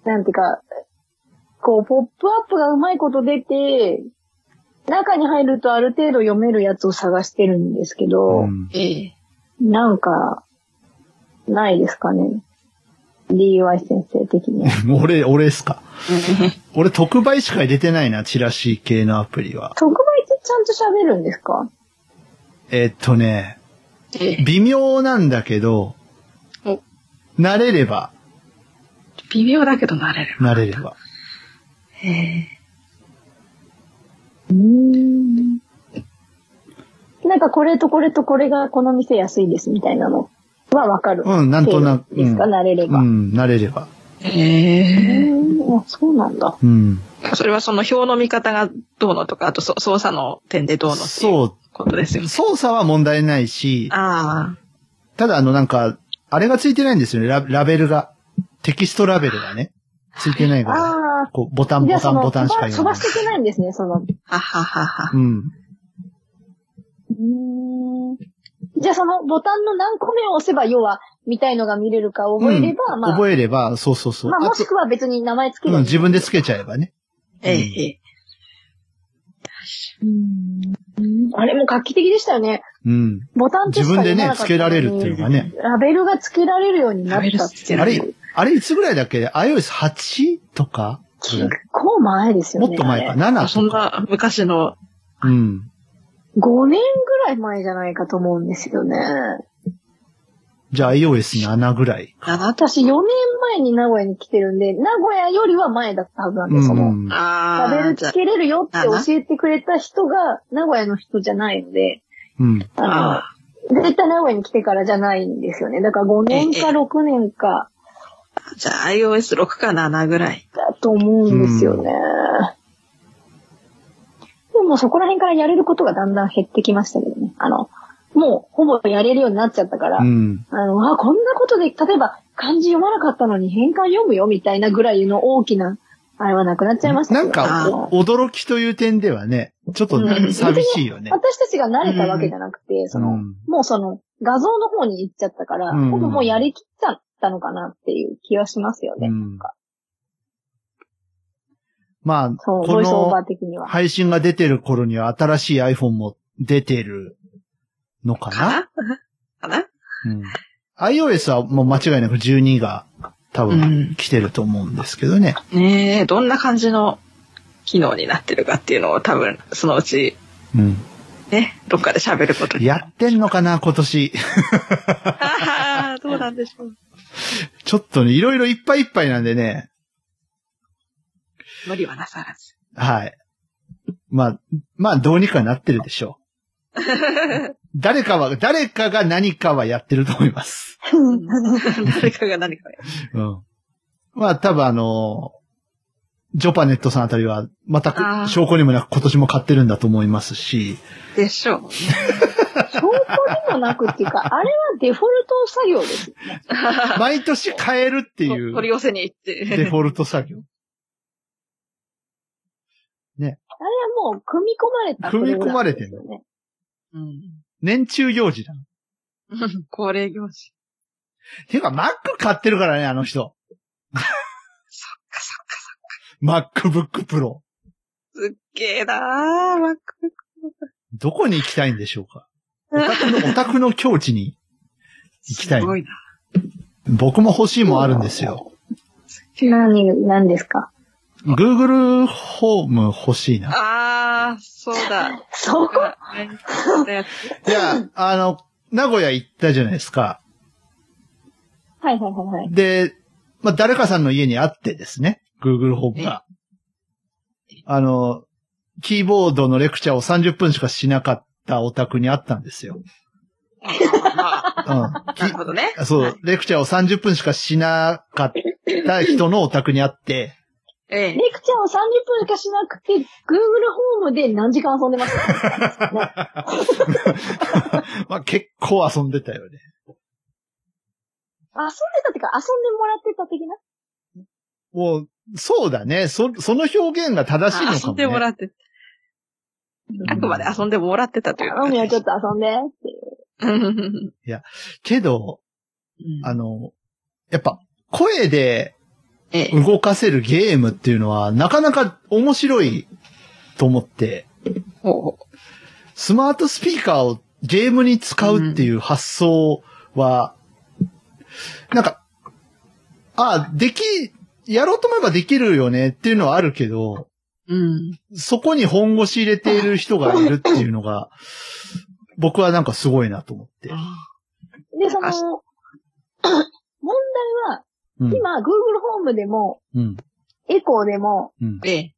Speaker 3: なんていうか、こう、ポップアップがうまいこと出て、中に入るとある程度読めるやつを探してるんですけど、
Speaker 1: うん
Speaker 2: あ、ええ。
Speaker 3: なんか、ないですかね。DY 先生的 に。
Speaker 1: 俺、俺っすか。俺特売しか入れてないな、チラシ系のアプリは。
Speaker 3: 特売ってちゃんと喋るんですか
Speaker 1: えっとね、
Speaker 2: ええ。
Speaker 1: 微妙なんだけど
Speaker 2: お、
Speaker 1: 慣れれば、
Speaker 2: 微妙だけどなれる。
Speaker 1: 慣れれば。
Speaker 2: ええ。
Speaker 3: うーん。なんかこれとこれとこれがこの店安いですみたいなのはわかる。
Speaker 1: うんなんとなく
Speaker 3: ですか、
Speaker 1: うん
Speaker 3: 慣れれば。
Speaker 1: うん、慣れれば。
Speaker 2: ええ。
Speaker 3: うんあそうなんだ。
Speaker 1: うん。
Speaker 2: それはその表の見方がどうのとか、あとそ操作の点でどうのっていう
Speaker 1: そ
Speaker 2: ことですよ
Speaker 1: う、
Speaker 2: ね。
Speaker 1: 操作は問題ないし、
Speaker 2: あ
Speaker 1: ただあのなんか、あれがついてないんですよね、ララベルが。テキストラベルがね、ついてないから。
Speaker 3: あ
Speaker 1: こう、ボタ
Speaker 3: あ。
Speaker 1: ン、
Speaker 3: じ
Speaker 1: ボ
Speaker 3: ゃあ
Speaker 1: タ
Speaker 3: そ
Speaker 1: ン、
Speaker 3: の、
Speaker 1: ボタンし
Speaker 3: 飛
Speaker 1: か
Speaker 3: ば飛
Speaker 1: 読め
Speaker 3: ば
Speaker 1: ない
Speaker 3: し。ていけないんですね、その。う
Speaker 2: あ、はははは。
Speaker 1: うん。
Speaker 3: ーんじゃあそのボタンの何個目を押せば、要は、みたいのが見れるか覚えれば、まあ、
Speaker 1: 覚えれば、そうそうそう。
Speaker 3: まあ、
Speaker 1: あ
Speaker 3: も
Speaker 1: と
Speaker 3: しくは別に名前つけ
Speaker 1: う
Speaker 3: る。
Speaker 1: ん、自分でつけちゃえばね。
Speaker 2: ええ、
Speaker 1: うん
Speaker 2: ええ。
Speaker 3: うんあれも画期的でしたよね。
Speaker 1: うん。
Speaker 3: ボタンって
Speaker 1: 自分でね、つけられるっていうのがね。
Speaker 3: ラベルがつけられるようになったっていう。
Speaker 1: あれ、あれいつぐらいだっけ ?iOS8 とかぐら
Speaker 3: 結
Speaker 1: い
Speaker 3: 構前ですよね。
Speaker 1: もっと前か。
Speaker 3: あれ
Speaker 2: あそ
Speaker 1: 7
Speaker 2: ん
Speaker 1: とか。
Speaker 2: な昔の、
Speaker 1: うん。
Speaker 3: 5年ぐらい前じゃないかと思うんですよね。
Speaker 1: じゃあ iOS7 ぐらい。
Speaker 2: 7と、
Speaker 3: 私4年前に名古屋に来てるんで、名古屋よりは前だったはずなんで、
Speaker 1: うん
Speaker 3: その、
Speaker 2: あ
Speaker 3: ラベ
Speaker 2: あ、
Speaker 3: ル
Speaker 2: じゃ
Speaker 3: つ
Speaker 2: あ
Speaker 3: けれるよって教えてくれた人が、名古屋の人じゃないので、
Speaker 1: うん。
Speaker 3: あ
Speaker 2: あ
Speaker 3: の、絶対名古屋に来てからじゃないんですよね。だから5年か
Speaker 2: ええ
Speaker 3: 6年か
Speaker 2: ー、じゃあ iOS6 か7ぐらい。
Speaker 3: だと思うんですよね。でもそこら辺からやれることがだんだん減ってきましたけどね。あの、もうほぼやれるようになっちゃったから、
Speaker 1: うん。
Speaker 3: あの、あ、こんなことで、例えば漢字読まなかったのに変換読むよみたいなぐらいの大きな、あれはなくなっちゃいました
Speaker 1: な
Speaker 3: けど
Speaker 1: んか、お驚きという点ではね、ちょっと
Speaker 2: うん
Speaker 1: 寂しいよね。
Speaker 3: 私たちが慣れたわけじゃなくて、その、
Speaker 1: うん
Speaker 3: もうその、画像の方に行っちゃったから、
Speaker 1: うん
Speaker 3: ほぼもうやりきっちゃったのかなっていう気はしますよ
Speaker 1: う
Speaker 3: ね。
Speaker 1: ん。まあ、
Speaker 3: そう、
Speaker 1: こ
Speaker 3: ボイスオーバー
Speaker 1: の
Speaker 3: 的には。
Speaker 1: 配信が出てる頃には新しい iPhone も出てるのかな
Speaker 2: かなかな
Speaker 1: うん。iOS はもう間違いなく12が多
Speaker 2: う
Speaker 1: 分
Speaker 2: ん。
Speaker 1: 来てると思うんですけどね。
Speaker 2: ねえ、どんな感じの機能になってるかっていうのを多分、そのうち、
Speaker 1: うん。
Speaker 2: ね、どっかで喋ることに。
Speaker 1: やってんのかな、今年。
Speaker 2: ああ、どうなんでしょう。
Speaker 1: ちょっとね、いろいろいっぱいいっぱいなんでね。
Speaker 2: 無理はなさらず。
Speaker 1: はい。まあ、まあ、どうにかなってるでしょう。誰かは、誰かが何かはやってると思います。
Speaker 2: 誰かが何かやる。
Speaker 1: うん。まあ、多分あの、ジョパネットさんあたりは、全
Speaker 2: あー
Speaker 1: く証拠にもなく今年も買ってるんだと思いますし、
Speaker 2: でしょう。
Speaker 3: 証拠にもなくっていう か、あれはデフォルト作業です。
Speaker 1: 毎年買えるってい
Speaker 2: と取り
Speaker 1: う
Speaker 2: 寄せに行っ
Speaker 1: デ
Speaker 2: て。
Speaker 1: フォルト作業。
Speaker 3: あれはもう組み込まれたプログラム
Speaker 1: 組み込まれてん
Speaker 3: で
Speaker 1: の
Speaker 3: すよね。
Speaker 2: うん。
Speaker 1: 年中行事だ。
Speaker 2: 恒例行事。
Speaker 1: ていうか、Mac 買ってるからね、あの人。
Speaker 2: そっかそっか。
Speaker 1: MacBook Pro。
Speaker 2: すっげえなー、マック。
Speaker 1: どこに行きたいんでしょうかオタクの、オタクの境地に行きたい
Speaker 2: す。ごいな。
Speaker 1: 僕も欲しいもんあるんですよ。
Speaker 3: 何、何ですか
Speaker 1: Google ホーム欲しいな。
Speaker 2: あー、そう だ。
Speaker 3: そこ
Speaker 2: なんかやつ
Speaker 1: いや、あの、名古屋行ったじゃないですか。
Speaker 3: はいはいはいはい。
Speaker 1: で、まあ、誰かさんの家にあってですね、Google ホームが。あの、キーボードのレクチャーを30分しかしなかったお宅にあったんですよ。
Speaker 2: ま
Speaker 1: う
Speaker 2: あ
Speaker 1: ん。
Speaker 2: なるほどね。
Speaker 1: きそう、レクチャーを30分しかしなかった人のお宅にあって、
Speaker 2: ええ
Speaker 3: レ。クチャーを30分しかしなくて、Google ホームで何時間遊んで ますかね
Speaker 1: まあ、結構遊んでたよね。
Speaker 3: 遊んでたっていうか、遊んでもらってた的な
Speaker 1: もう、そうだね。そ、その表現が正しいのか
Speaker 2: 遊
Speaker 1: も
Speaker 2: んでも
Speaker 1: ね。
Speaker 2: らって。あくまで遊んでもらってたという
Speaker 3: 頼むよ、ちょっと遊んでっていう。
Speaker 2: うん
Speaker 1: けど、あの、やっぱ、声で
Speaker 2: ええ。
Speaker 1: 動かせるゲームっていうのは、なかなか面白いと思って、
Speaker 2: ほうほ
Speaker 1: スマートスピーカーをゲームに使うっていう発想は、なんか、あ、でき、やろうと思えばできるよねっていうのはあるけど、
Speaker 2: う。うん。
Speaker 1: そこに本腰入れている人がいるっていうのが、僕はなんかすごいなと思って。
Speaker 3: で、そ
Speaker 2: あ
Speaker 3: の、問題は、
Speaker 1: うん。
Speaker 3: 今、Google ホームでも、
Speaker 1: うん。
Speaker 3: エコーでも、
Speaker 1: うん。
Speaker 2: ええ。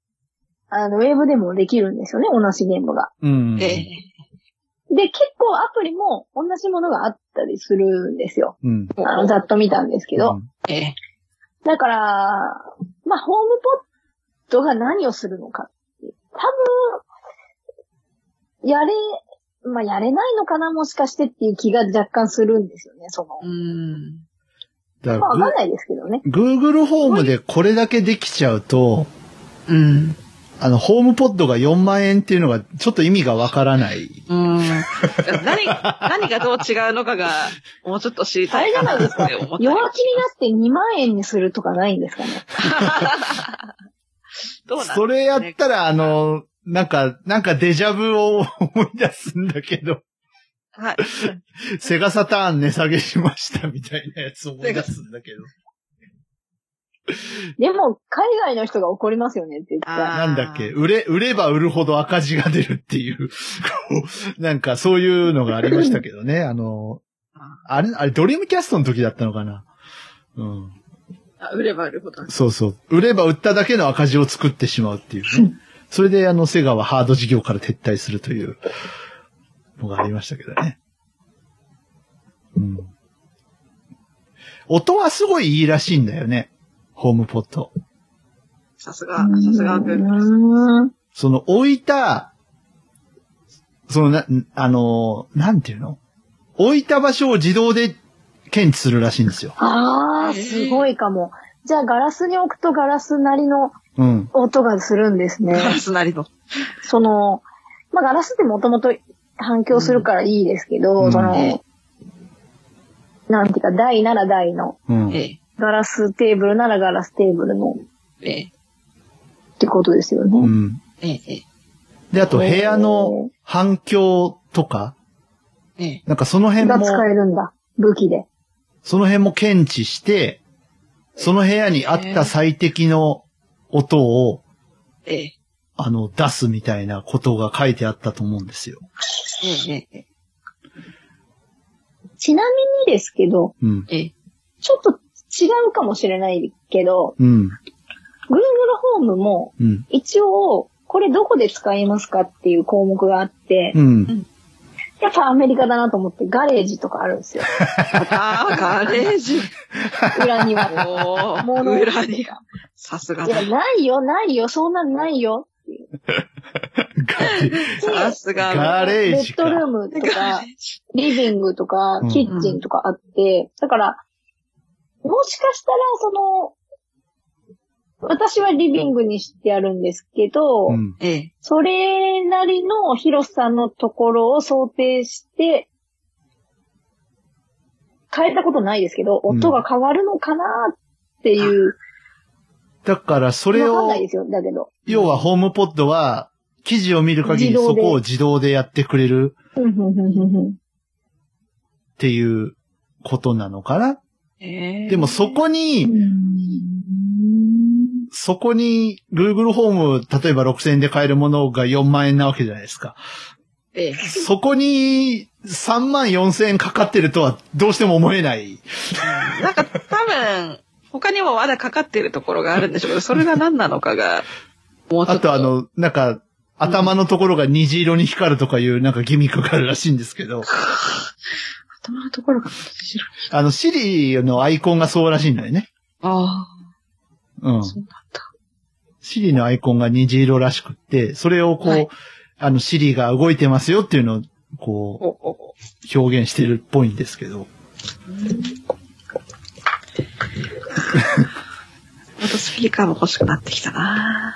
Speaker 3: あの、ウェブでもできるんですよね、同じゲームが。
Speaker 1: うん。
Speaker 2: ええ。
Speaker 3: で、結構アプリも同じものがあったりするんですよ。
Speaker 1: うん。
Speaker 2: ほう
Speaker 3: あの、ざっと見たんですけど。
Speaker 2: ええ。
Speaker 3: だから、まあ、ホームポットが何をするのかっていう。多分、やれ、まあ、やれないのかな、もしかしてっていう気が若干するんですよね、その
Speaker 2: う。ん。
Speaker 1: だ
Speaker 3: まあ、わかん
Speaker 1: か
Speaker 3: ないですけどね。
Speaker 1: ら、Google ホームでこれだけできちゃうと、
Speaker 2: うん。
Speaker 1: あの、ホームポッドが4万円っていうのが、ちょっと意味がわからない。
Speaker 2: うん。何、何がどう違うのかが、もうちょっと知りたいかなって思ったり
Speaker 3: 弱気になって2万円にするとかないんですかね。
Speaker 2: どうなん
Speaker 1: それやったら、あの、なんか、なんかデジャブを思い出すんだけど、
Speaker 2: はい。
Speaker 1: セガサターン値下げしましたみたいなやつ思い出すんだけど。
Speaker 3: でも、海外の人が怒りますよね、絶
Speaker 2: あ
Speaker 3: 対。
Speaker 2: ー
Speaker 1: なんだっけ、売れ、売れば売るほど赤字が出るっていう、こうなんかそういうのがありましたけどね。あの、あれ、あれ、ドリームキャストの時だったのかなうん。
Speaker 2: あ売れば売るほど。
Speaker 1: そうそう。売れば売っただけの赤字を作ってしまうっていうね。それであのセガはハード事業から撤退するというのがありましたけどね。うん。音はすごいいいらしいんだよね。ホームポット。
Speaker 2: さすが、さすが
Speaker 3: う
Speaker 2: グーグル。
Speaker 3: ーん。
Speaker 1: その置いた、そのな、んあのー、なんていうの置いた場所を自動で検知するらしいんですよ。
Speaker 3: ああ、すごいかも。じゃあ、ガラスに置くとガラスなりの
Speaker 1: うん。
Speaker 3: 音がするんですね
Speaker 2: ガ。ラスなりの。
Speaker 3: その、まあ、ガラスってもともと反響するからいいですけど、
Speaker 1: うん
Speaker 3: そ
Speaker 2: うん
Speaker 3: の、なんていうか、台なら台の、
Speaker 1: うん。
Speaker 2: え
Speaker 3: ガラステーブルならガラステーブルのっ
Speaker 2: え、ええ、
Speaker 3: てことですよ
Speaker 1: う
Speaker 3: ね。
Speaker 1: ん。
Speaker 2: ええ、
Speaker 1: で、あと部屋の反響とか、
Speaker 2: ええ。
Speaker 1: なんかその辺
Speaker 3: が
Speaker 1: も、
Speaker 3: 使えるんだ。武器で。
Speaker 1: その辺も検知して、その部屋にあった最適の音を、
Speaker 2: ええ、
Speaker 1: あの、出すみたいなことが書いてあったと思うんですよ。
Speaker 2: ええ、ええ、
Speaker 3: ちなみにですけど、
Speaker 1: うん。
Speaker 2: ええ、
Speaker 3: ちょっと違うかもしれないけど、
Speaker 1: うん。
Speaker 3: Google ホームも
Speaker 1: うん。
Speaker 3: 一応、これどこで使いますかっていう項目があって、
Speaker 1: うん。
Speaker 3: やっぱアメリカだなと思って、ガレージとかあるんですよ。
Speaker 2: ああ、ガレージ。
Speaker 3: 裏には。
Speaker 2: お
Speaker 3: も
Speaker 2: ー、
Speaker 3: の
Speaker 2: 裏に。さすが
Speaker 3: いや、
Speaker 2: だ。
Speaker 3: ないよ、ないよ、そんなんないよ。
Speaker 2: さすが。
Speaker 1: ガレ
Speaker 3: ベ
Speaker 1: ー
Speaker 3: ッ
Speaker 1: ジ
Speaker 3: ドル
Speaker 1: か。
Speaker 3: ームと
Speaker 2: ガ
Speaker 3: か
Speaker 2: レ、ージ
Speaker 3: リビングとか
Speaker 1: うん、
Speaker 3: キッチンとかあって、だから、もしかしたら、その、私はリビングにしてあるんですけど、
Speaker 1: うん。
Speaker 2: ええ。
Speaker 3: それなりの広さのところを想定して、変えたことないですけど、
Speaker 1: うん
Speaker 3: 音が変わるのかなっていう、
Speaker 1: だから、それ
Speaker 3: わかん
Speaker 1: を
Speaker 3: ない、ですよ、だけど。
Speaker 1: 要はホームポッドは、記事を見る限り
Speaker 3: 自動
Speaker 1: そ
Speaker 3: で
Speaker 1: こを自動でやってくれる
Speaker 3: うんうんうんうんう
Speaker 1: っ
Speaker 3: ん
Speaker 1: ていうことなのかな
Speaker 2: ええ
Speaker 1: でもそ、こ
Speaker 3: う
Speaker 1: に、
Speaker 3: ん
Speaker 1: そこに Google ホーム、例えば6000円で買えるものが4万円なわけじゃないですか。
Speaker 2: ええ、
Speaker 1: そこに3万4000円かかってるとはどうしても思えない。
Speaker 2: なんか多分、他にもまだかかってるところがあるんでしょうけど、それが何なのかが、もうちょ
Speaker 1: あ
Speaker 2: っと。
Speaker 1: とあ、の、なんか、頭のところが虹色に光るとかいうなんかギミックがあるらしいんです けど、
Speaker 2: 頭のところが白い。
Speaker 1: あの、シリのアイコンがそうらしいんだよね。
Speaker 2: あ
Speaker 1: うん
Speaker 2: あ、。そうなんだ。
Speaker 1: シリのアイコンが虹色らしくって、それをこう、
Speaker 2: はい
Speaker 1: あの、シリが動いてますよっていうのを、こう、
Speaker 2: おおお
Speaker 1: 表現してるっぽいんですけど。
Speaker 2: またスピーカーも欲しくなってきたな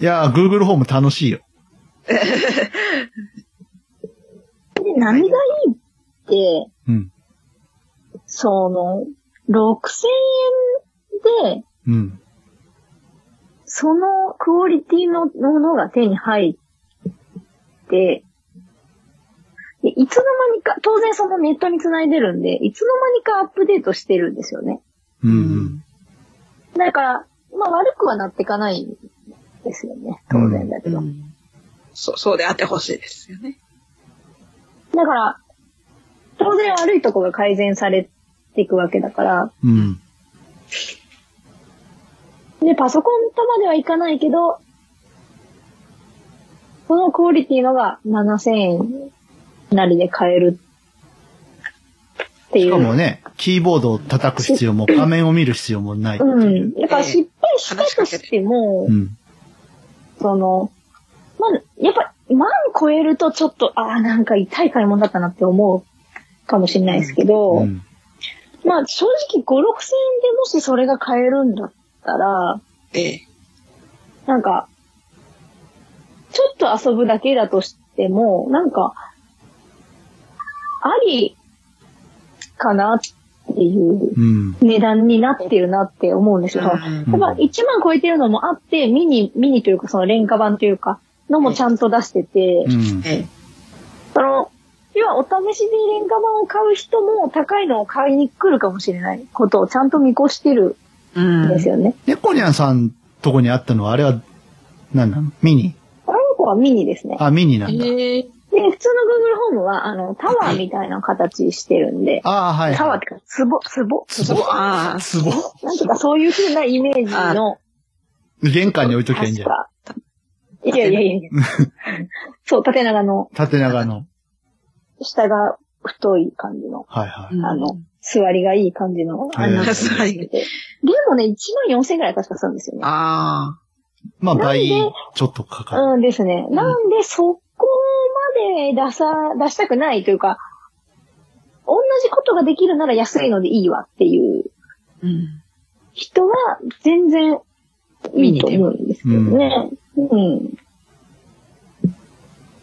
Speaker 2: い
Speaker 1: やー、Google ホーム楽しいよ。
Speaker 3: で何がいいって、
Speaker 1: うん。
Speaker 3: その、6000円で、
Speaker 1: うん。
Speaker 3: そのクオリティのものが手に入って、でいつの間にか、当然そのネットに繋いでるんで、いつの間にかアップデートしてるんですよね。
Speaker 1: う。。
Speaker 2: うん
Speaker 3: だから、まあ悪くはなっていかないんですよね。当然だけど。
Speaker 2: うんそそうであってほしいですよね。
Speaker 3: だから、当然悪いとこが改善されていくわけだから、
Speaker 1: うん。
Speaker 3: で、パソコンとまではいかないけど、このクオリティのが7000円なりで買えるってい
Speaker 1: し
Speaker 3: う。
Speaker 1: かもね、キーボードを叩く必要も、画面を見る必要もないって
Speaker 3: う
Speaker 1: いう。
Speaker 3: ん。だから失敗したとしても
Speaker 1: う、ん。
Speaker 3: その、まあ、やっぱ、万超えるとちょっと、ああ、なんか痛い買い物だったなって思うかもしれないですけど、
Speaker 1: うん。
Speaker 3: まあ正直5、6 0 0 0円でもしそれが買えるんだったら、
Speaker 2: ええ。
Speaker 3: なんか、ちょっと遊ぶだけだとしても、なんか、ありかなっていう
Speaker 1: うん。
Speaker 3: 値段になってるなって思うんですよ。やっ
Speaker 2: うん
Speaker 3: ぱ1万超えてるのもあって、ミニ、ミニというかその廉価版というか、のもちゃんと出してて、
Speaker 1: うん。
Speaker 2: ええ。
Speaker 3: その、要はお試しで廉価版を買う人も高いのを買いに来るかもしれないことをちゃんと見越してる
Speaker 2: うんん
Speaker 3: ですよね。
Speaker 1: 猫ニャンさんとこにあったのは、あれは、何なのミニ
Speaker 3: あの子はミニですね。
Speaker 1: あ、ミニなんだ。
Speaker 2: ええ。
Speaker 3: で、普通の Google ホームは、あの、タワーみたいな形してるんで、
Speaker 1: ああ、はい。
Speaker 3: タワーってか、ツボ、ツボ、
Speaker 1: ツボ
Speaker 2: あ
Speaker 1: ツボ
Speaker 3: なんとかそういう風なイメージの、
Speaker 1: 玄関に置いときゃいいん
Speaker 3: 確
Speaker 1: じゃない
Speaker 3: か。いやいやいやいや。そう、縦長の、
Speaker 1: 縦長の。
Speaker 3: 下が太い感じの、
Speaker 1: はいは
Speaker 2: あ。
Speaker 3: あの、座りがいい感じの、あ
Speaker 1: うん
Speaker 3: の、
Speaker 2: 座り
Speaker 3: でもね、1万4000円くらい確かするんですよね。
Speaker 2: あ
Speaker 1: い。まあ、倍、
Speaker 3: なんで
Speaker 1: ちょっとかかる。
Speaker 3: うんですね。なんで、そこまで出さ、出したくないというか、同じことができるなら安いのでいいわっていう
Speaker 2: あ。うん。
Speaker 3: 人は全然いいと思うんですけどね。うん。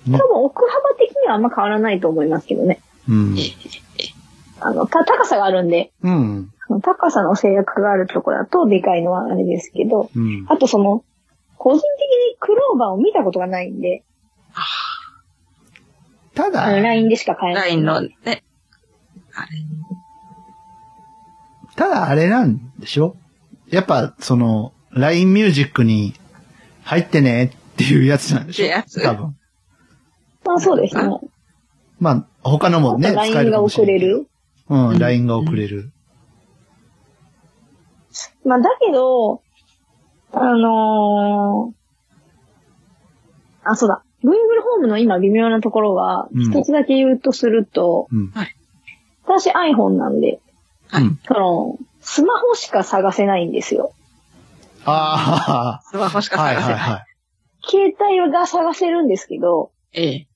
Speaker 3: 多分奥幅的にはあんま変わらないと思いますけどね。
Speaker 1: うん。
Speaker 3: あの、た、高さがあるんで、
Speaker 1: うん。
Speaker 3: その高さの制約があるとこだとでかいのはあれですけど、
Speaker 1: うん。
Speaker 3: あとその、個人的にクローバーを見たことがないんで、
Speaker 1: ただ
Speaker 3: あ、の、LINE でしか買え
Speaker 2: ラ
Speaker 3: ない。
Speaker 2: インのね、あれ
Speaker 1: ただあれなんでしょやっぱ、その、LINE ミュージックに入ってねっていうやつなんでし
Speaker 2: ってや
Speaker 1: ょ
Speaker 2: つ
Speaker 1: 多分。
Speaker 3: まあそうですね。あと
Speaker 1: まあ、他のもね、使え
Speaker 3: LINE
Speaker 1: るか
Speaker 3: が
Speaker 1: もし
Speaker 3: 送
Speaker 1: れ
Speaker 3: れ
Speaker 1: ないけど。
Speaker 3: る。
Speaker 1: うん、LINE が送れる。
Speaker 3: まあだけど、あのーあ、そうだ。 Google ホームの今微妙なところは、
Speaker 1: うん
Speaker 3: 一つだけ言うとすると、
Speaker 1: うん。
Speaker 3: 私 iPhone なんで、
Speaker 2: はい
Speaker 1: うん
Speaker 3: その、スマホしか探せないんですよ。
Speaker 1: あ
Speaker 2: スマホし
Speaker 1: あ、
Speaker 2: か
Speaker 1: はい
Speaker 2: 探
Speaker 1: は
Speaker 2: せない い。
Speaker 1: は
Speaker 3: 携帯が探せるんですけど、
Speaker 2: ええ。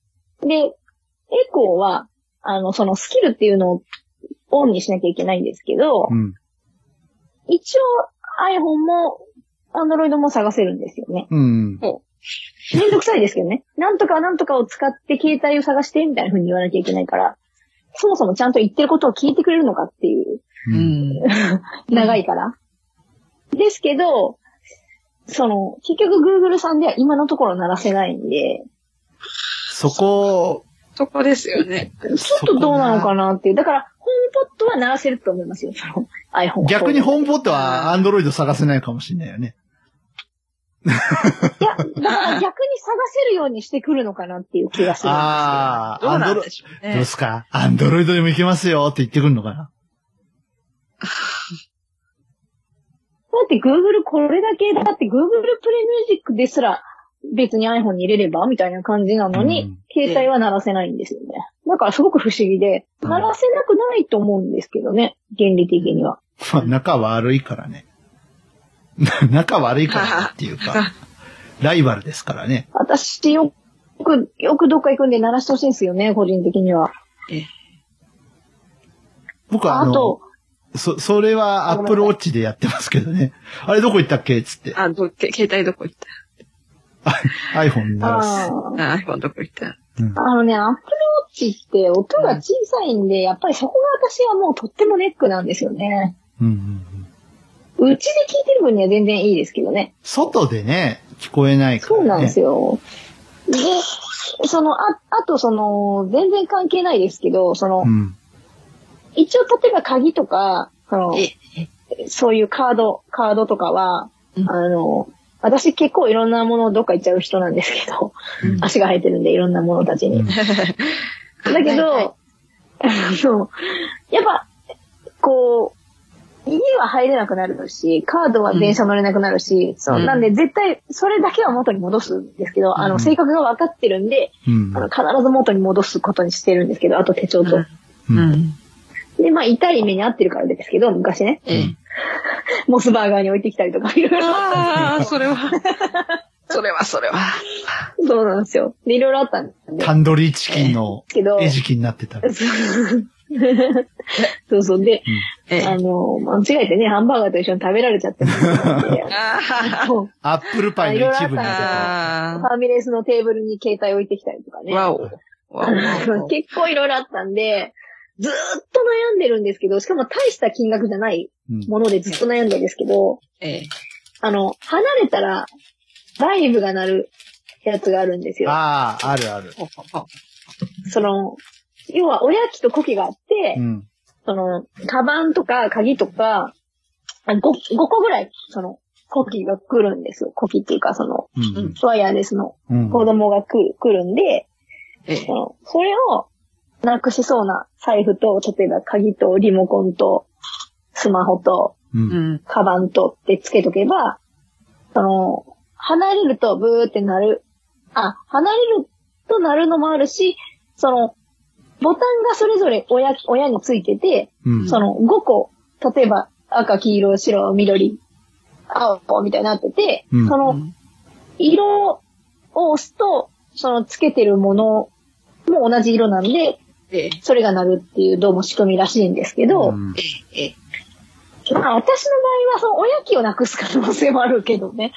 Speaker 3: で、エコーは、あの、そのスキルっていうのをオンにしなきゃいけないんですけど
Speaker 1: い。う、ん。
Speaker 3: 一応 iPhone も Android も探せるんですよね。
Speaker 1: うん。
Speaker 3: めんどくさいですけどね。なんとかなんとかを使って携帯を探してみたいな風に言わなきゃいけないから、そもそもちゃんと言ってることを聞いてくれるのかっていう、
Speaker 1: う。
Speaker 2: うんん。
Speaker 3: 長いから。ですけど、その、結局 Google さんでは今のところ鳴らせないんで、
Speaker 1: そこ、
Speaker 2: そこですよね。
Speaker 3: ちょっとどうなのかなっていう。だから、ホームポットは鳴らせると思いますよ、その iPhone は。
Speaker 1: 逆にホームポットはアンドロイド探せないかもしれないよね。
Speaker 3: いや、だから逆に探せるようにしてくるのかなっていう気がするんですけど。
Speaker 1: あ
Speaker 2: ど
Speaker 1: あ、ア
Speaker 2: う
Speaker 1: ン
Speaker 2: な
Speaker 1: ド
Speaker 2: ん
Speaker 1: ロ
Speaker 2: でしょう
Speaker 1: どう
Speaker 2: ね
Speaker 1: で。すかアンドロイドでもいけますよって言ってくるのかな
Speaker 3: だって Google これだけ、だって Google プレミュージックですら別に iPhone に入れればみたいな感じなのに、
Speaker 1: うん
Speaker 3: 携帯は鳴らせないんですよね。だからすごく不思議で、
Speaker 1: うん
Speaker 3: 鳴らせなくないと思うんですけどね、原理的には。
Speaker 1: まあ、仲悪いからね。 仲悪いからっていうか、ライバルですからね。
Speaker 3: 私よく、よくどっか行くんで鳴らしてほしいんですよね、個人的には。
Speaker 1: 僕はあ
Speaker 3: あ
Speaker 1: の、
Speaker 3: と、
Speaker 1: そ、それはアップルウォッチでやってますけどね。あれどこ行ったっけつって。
Speaker 2: あ、ど、け携帯どこ行っ
Speaker 1: iPhone に鳴ら
Speaker 3: あ
Speaker 1: す。
Speaker 3: ー
Speaker 2: たあ ?iPhone どこ行った
Speaker 1: うん
Speaker 3: あのね、Apple Watch って音が小さいんで、やっぱりそこが私はもうとってもネックなんですよね。
Speaker 1: うんうんうん
Speaker 3: うちで聞いてる分には全然いいですけどね。
Speaker 1: 外でね、聞こえないから、
Speaker 3: そ
Speaker 1: ね。
Speaker 3: うなんです
Speaker 1: よ。
Speaker 3: よ。で、その、あ、あとその、全然関係ないですけど、その、
Speaker 1: うん。
Speaker 3: 一応例えば鍵とか、その、
Speaker 2: ええ、
Speaker 3: そういうカード、カードとかは、
Speaker 2: うん
Speaker 3: あの、私結構いろんなものどっか行っちゃう人なんですけど、
Speaker 1: うん
Speaker 3: 足が生えてるんでいろんなものたち
Speaker 1: う
Speaker 3: に。
Speaker 1: ん
Speaker 3: だけ
Speaker 2: はい
Speaker 3: ど、 あの、やっぱ、こう、家は入れなくなるし、カードは電車乗れなくなるし、そう、
Speaker 1: うん
Speaker 3: なんで絶対、それだけは元に戻すんですけど、あ
Speaker 1: うん
Speaker 3: の、性格が分かってるんで、
Speaker 1: うん
Speaker 3: あの、必ず元に戻すことにしてるんですけど、あと手帳と。
Speaker 1: う。
Speaker 2: うんん。
Speaker 3: で、まあ、痛い目に遭ってるからですけど、昔ね、
Speaker 2: ええ。
Speaker 3: モスバーガーに置いてきたりとか、いろいろあっ
Speaker 2: ああ、それは。それは、それは。
Speaker 3: た。そうなんですよ。でいろいろあったんで
Speaker 1: タンドリーチキンの
Speaker 3: すけど、
Speaker 1: 餌食になってたり。
Speaker 3: そうそう。で、
Speaker 2: ええ。
Speaker 3: あの、間違えてね、ハンバーガーと一緒に食べられ ちゃってますんで
Speaker 2: あ
Speaker 3: そう
Speaker 1: アップルパイの一部に
Speaker 2: あ。
Speaker 1: なっ
Speaker 2: あ
Speaker 3: ファミレスのテーブルに携帯置いてきたりとか
Speaker 2: あ。
Speaker 3: ね。
Speaker 2: わお。わおわお。
Speaker 3: 結構いろいろあったんで、ずーっと悩んでるんですけど、しかも大した金額じゃない
Speaker 1: てた。
Speaker 3: ものでずっと悩んでるんですけど、
Speaker 2: ええ。
Speaker 3: あの、離れたら、ライブが鳴るやつがあるんです
Speaker 1: うん、
Speaker 3: よ。
Speaker 1: ああ、あるある。
Speaker 2: ほうほうほう
Speaker 3: その、要は、おやきとコキがあって、
Speaker 1: うん。
Speaker 3: その、カバンとか鍵とか、あ 5, 5個ぐらい、その、コキが来るんですよ。コキっていうか、その、
Speaker 1: うん。
Speaker 3: ワイヤレスの
Speaker 1: うん。
Speaker 3: 子供が来る来るんで、
Speaker 2: ええ
Speaker 3: そ。のそれをなくしそうな財布と、例えば鍵とリモコンと、スマホと、
Speaker 1: う。
Speaker 2: うんん。
Speaker 3: カバンとってつけとけば、その、離れるとブーってなる。あ、離れるとなるのもあるし、その、ボタンがそれぞれ親、親についてて、
Speaker 1: うん。
Speaker 3: その5個、例えば赤、黄色、白、緑、青みたいになってて、
Speaker 1: うん
Speaker 3: その、色を押すと、そのつけてるものも同じ色なんで、
Speaker 2: ええ。
Speaker 3: それが鳴るっていうどうも仕組みらしいんですけど、
Speaker 1: うん
Speaker 2: ええ。
Speaker 3: まあ私の場合はそのおやきをなくす可能性もあるけどね。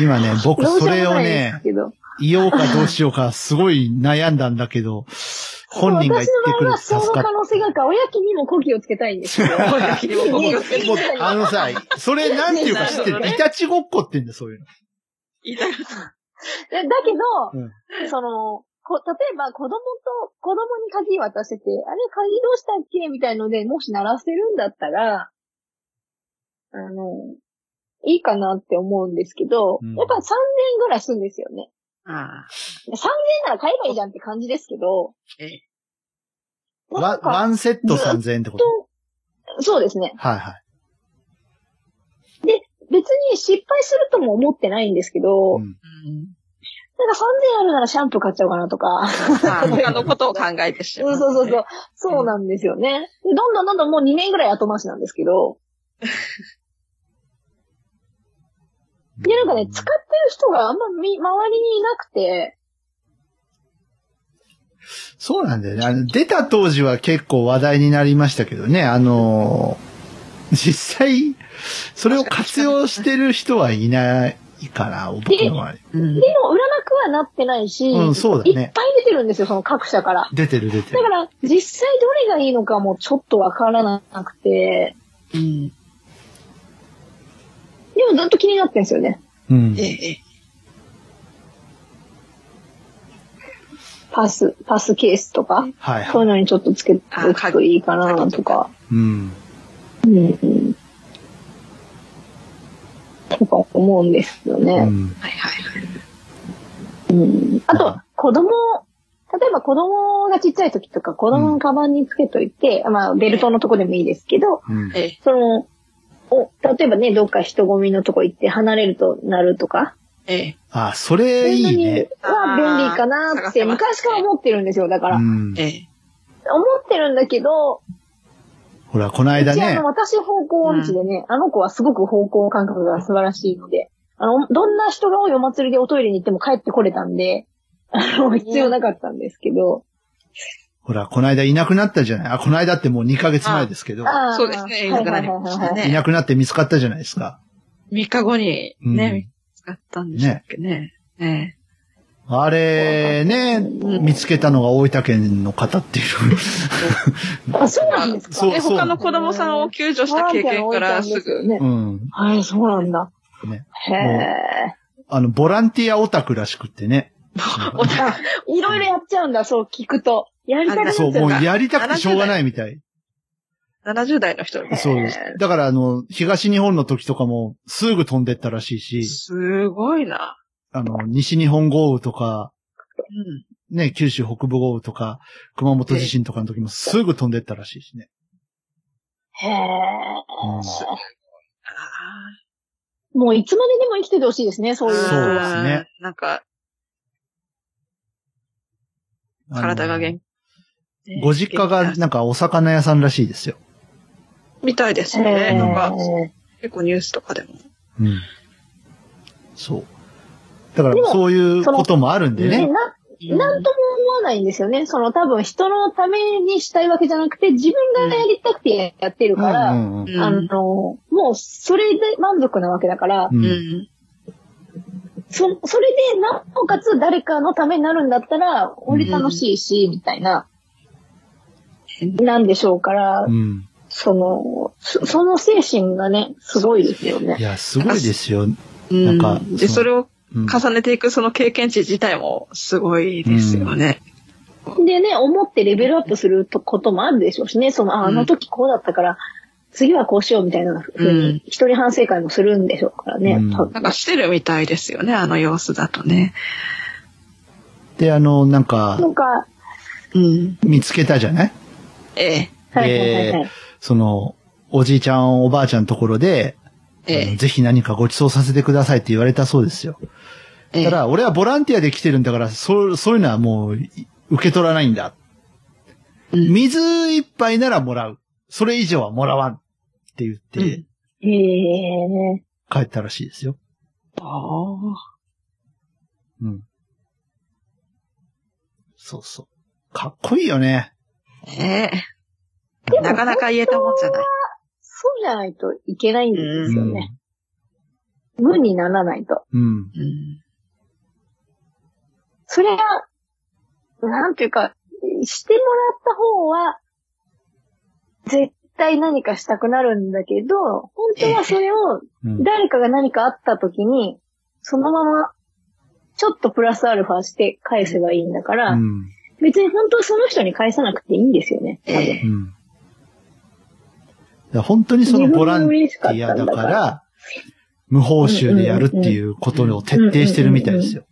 Speaker 1: 今 ね、僕
Speaker 3: どうし
Speaker 1: そ
Speaker 3: よう
Speaker 1: れ
Speaker 3: も
Speaker 1: を
Speaker 3: ないんです
Speaker 1: ね、
Speaker 3: けど。
Speaker 1: 言おうかどうしようかすごい悩んだんだけど、本人が言っ
Speaker 3: 私
Speaker 1: て
Speaker 3: の
Speaker 1: く
Speaker 3: 場合
Speaker 1: れ
Speaker 3: は
Speaker 1: て助
Speaker 3: その
Speaker 1: かっ
Speaker 3: 可能性があるから、おやきにもコキをつけたいんですよ。
Speaker 2: おやきにもコキをつけ
Speaker 1: た。もう、あのさ、それなんていうか知 って
Speaker 2: なるほど
Speaker 1: る
Speaker 2: ね
Speaker 1: いたちごっこって言うんだよ、そういうの。
Speaker 2: 言いたい
Speaker 3: だだけど、
Speaker 1: うん
Speaker 3: その、こ例えば子供と、子供に鍵渡してて、あれ鍵どうしたっけみたいので、もし鳴らせるんだったら、あの、いいかなって思うんですけど、
Speaker 1: うん
Speaker 3: やっぱ3000円ぐらいするんですよね。
Speaker 2: ああ。
Speaker 3: 3000円なら買えばいいじゃんって感じですけど、
Speaker 2: ええ。
Speaker 3: な
Speaker 1: ワ
Speaker 3: んか
Speaker 1: ワンセット3000円ってこと。
Speaker 3: そうですね。
Speaker 1: はいはい。
Speaker 3: 別に失敗するとも思ってないんですけど、
Speaker 1: うん
Speaker 2: うん
Speaker 3: なんか3000あるならシャンプー買っちゃおうかなとか。
Speaker 2: まあ、他のことを考えてし
Speaker 3: う
Speaker 2: ま
Speaker 3: ん
Speaker 2: う。
Speaker 3: そうそうそう。そうなんですよね。でどんどんどんどんもう2年ぐらい後回しなんですけど。いや、なんかね、使ってる人があんまみ、周りにいなくて、
Speaker 1: そうなんだよね。あの、出た当時は結構話題になりましたけどね。あのー実際、それを活用してる人はいないから、僕の周り。
Speaker 2: うん。
Speaker 3: でも売らなくはなってないし、
Speaker 1: うんそうだね
Speaker 3: いっぱい出てるんですよ、その各社から。
Speaker 1: 出てる出て
Speaker 3: だ
Speaker 1: る
Speaker 3: か。ら、実際どれがいいのかもちょっとわからなくて、
Speaker 2: うん。
Speaker 3: でもずっと気になってんですよね。
Speaker 1: うん
Speaker 2: え。え。
Speaker 3: パス、パスケースとか、
Speaker 1: はいはい
Speaker 3: そういうのにちょっとつけておくといいかなとか。
Speaker 1: うん。
Speaker 3: うんうんとか思うんですよ
Speaker 1: う
Speaker 3: ね。
Speaker 1: ん。
Speaker 2: はいはいはい。
Speaker 3: うんあと、子供、例えば子供がちっちゃい時とか、子供のカバンにつけといて、まあ、ベルトのとこでもいいですけど、
Speaker 1: うん。
Speaker 2: ええ。
Speaker 3: その、お、例えばね、どっか人混みのとこ行って離れるとなるとか、
Speaker 2: ええ。
Speaker 1: あ、それいいね。
Speaker 3: そういうのには便利かなっ
Speaker 2: あ
Speaker 3: て、
Speaker 2: ー
Speaker 3: 昔から思ってるんですよ、だから。
Speaker 1: う
Speaker 3: 思
Speaker 1: ん
Speaker 2: え。え。
Speaker 3: ってるんだけど、
Speaker 1: ほら、この
Speaker 3: う
Speaker 1: 間
Speaker 3: ちあ
Speaker 1: ね
Speaker 3: の、。私方向音痴でね、あの子はすごく方向感覚が素晴らしいので、あの、どんな人が多いお祭りでおトイレに行っても帰ってこれたんで、あの、必要なかったんですけど。
Speaker 1: ほら、この間いなくなったじゃない。あ、この間ってもう2ヶ月前ですけど。
Speaker 3: あー
Speaker 2: そうですね。映
Speaker 3: はいは
Speaker 2: 画
Speaker 3: い
Speaker 2: に
Speaker 3: はい
Speaker 2: ました
Speaker 3: はい。
Speaker 1: い
Speaker 2: ね。
Speaker 1: なくなって見つかったじゃないですか。
Speaker 2: 3日後に
Speaker 1: うん
Speaker 2: ね、使ったんでしたっけね。ええ。
Speaker 1: あれね、見つけたのが大分県の方っていう。
Speaker 3: あ、そうなんですか
Speaker 1: そう
Speaker 2: で、他の子供さんを救助した経験からす
Speaker 3: ボランティアのおいちゃんですよ
Speaker 2: ぐ。
Speaker 3: ね
Speaker 1: う。ん。
Speaker 3: はい、そうなんだ。
Speaker 1: ね。
Speaker 3: へ
Speaker 1: あの、ボランティアオタクらしくってね。
Speaker 2: お互い
Speaker 3: え。いろいろやっちゃうんだ、そう聞くと。やりたくなっちゃ
Speaker 1: そうう、
Speaker 3: んだ
Speaker 1: もうやりたくてしょうがないみたい。
Speaker 2: 70代の人が
Speaker 1: そう
Speaker 3: へ。
Speaker 1: だから、あの、東日本の時とかも、すぐ飛んでったらしいし、
Speaker 2: すごいな。
Speaker 1: あの、西日本豪雨とか、
Speaker 2: うん。
Speaker 1: ね、九州北部豪雨とか、熊本地震とかの時もすぐ飛んでったらしいしね。
Speaker 3: へ
Speaker 1: うん
Speaker 3: え。
Speaker 2: あ
Speaker 3: もういつまででも生きててほしいですね、
Speaker 2: あ
Speaker 3: そういう人
Speaker 1: そうで
Speaker 3: は。
Speaker 1: すね。
Speaker 2: うんなんか、
Speaker 1: あの
Speaker 2: 体が元気。
Speaker 1: ご実家がなんかお魚屋さんらしいですよ。
Speaker 2: みたいですね。
Speaker 3: へ
Speaker 2: なんか、
Speaker 3: ー
Speaker 2: 結構ニュースとかでも。
Speaker 1: うん。そう。だか
Speaker 3: で
Speaker 1: ら、
Speaker 3: も
Speaker 1: そういう
Speaker 3: その
Speaker 1: こともあるんで
Speaker 3: ね
Speaker 1: ね。
Speaker 3: ななんとも思わないんですよね。その多分人のためにしたいわけじゃなくて、自分がやりたくてやってる
Speaker 1: う
Speaker 3: か
Speaker 1: ん
Speaker 3: ら、
Speaker 1: うんうん。
Speaker 2: うん
Speaker 3: あの、もうそれで満足なわけだから、
Speaker 1: う。
Speaker 2: うんん。
Speaker 3: そ、それでなおかつ誰かのためになるんだったら、俺楽しいし、みたいな、なんでしょうから
Speaker 1: う、ん。
Speaker 3: その、そその精神がね、すごいですよね
Speaker 1: い。や、すごいですよ。
Speaker 2: うん
Speaker 1: なんか
Speaker 2: で、
Speaker 1: そう
Speaker 2: それを
Speaker 1: うん
Speaker 2: 重ねていくその経験値自体もすごいですよね。
Speaker 3: でね、思ってレベルアップするとこともあるでしょうしね、その、ああの時こうだったから、次はこうしようみたいなふう
Speaker 2: うん
Speaker 3: に、一人反省会もするんでしょうからね。
Speaker 1: うん
Speaker 3: 多分
Speaker 2: なんかしてるみたいですよね、あの様子だとね。
Speaker 1: で、あの、なんか
Speaker 3: な、んか、
Speaker 2: うん。
Speaker 1: 見つけたじゃない
Speaker 2: ええ、
Speaker 3: はいはいはいはい。
Speaker 1: その、おじいちゃん、おばあちゃんのところで、
Speaker 2: え
Speaker 1: あの
Speaker 2: え、
Speaker 1: ぜひ何かご馳走させてくださいって言われたそうですよ。
Speaker 2: ええ
Speaker 1: ただ、俺はボランティアで来てるんだから、そう、そういうのはもう、い受け取らないんだ。
Speaker 2: うん
Speaker 1: 水一杯ならもらう。それ以上はもらわん。って言っ
Speaker 2: う
Speaker 1: て
Speaker 2: ん、
Speaker 3: へえ。
Speaker 1: 帰ったらしいですよ。
Speaker 2: あ
Speaker 1: うん。そうそう。かっこいいよね。
Speaker 2: あええ。なかなか言えたもんじゃない。
Speaker 3: そうじゃないといけないんです
Speaker 1: う
Speaker 3: よ
Speaker 1: ん。
Speaker 3: ね。無にならないと。
Speaker 1: うん。
Speaker 2: うん。
Speaker 3: それは、なんていうか、してもらった方は、絶対何かしたくなるんだけど、本当はそれを
Speaker 1: うん。
Speaker 3: 誰かが何かあった時に、そのまま、ちょっとプラスアルファして返せばいいんだから、
Speaker 1: うん。
Speaker 3: 別に本当はその人に返さなくていいんですよね。
Speaker 2: ええ
Speaker 1: う、ん。だから本当にそのボランティアだから、無報酬でやるっていうことを徹底してるみたいですよ。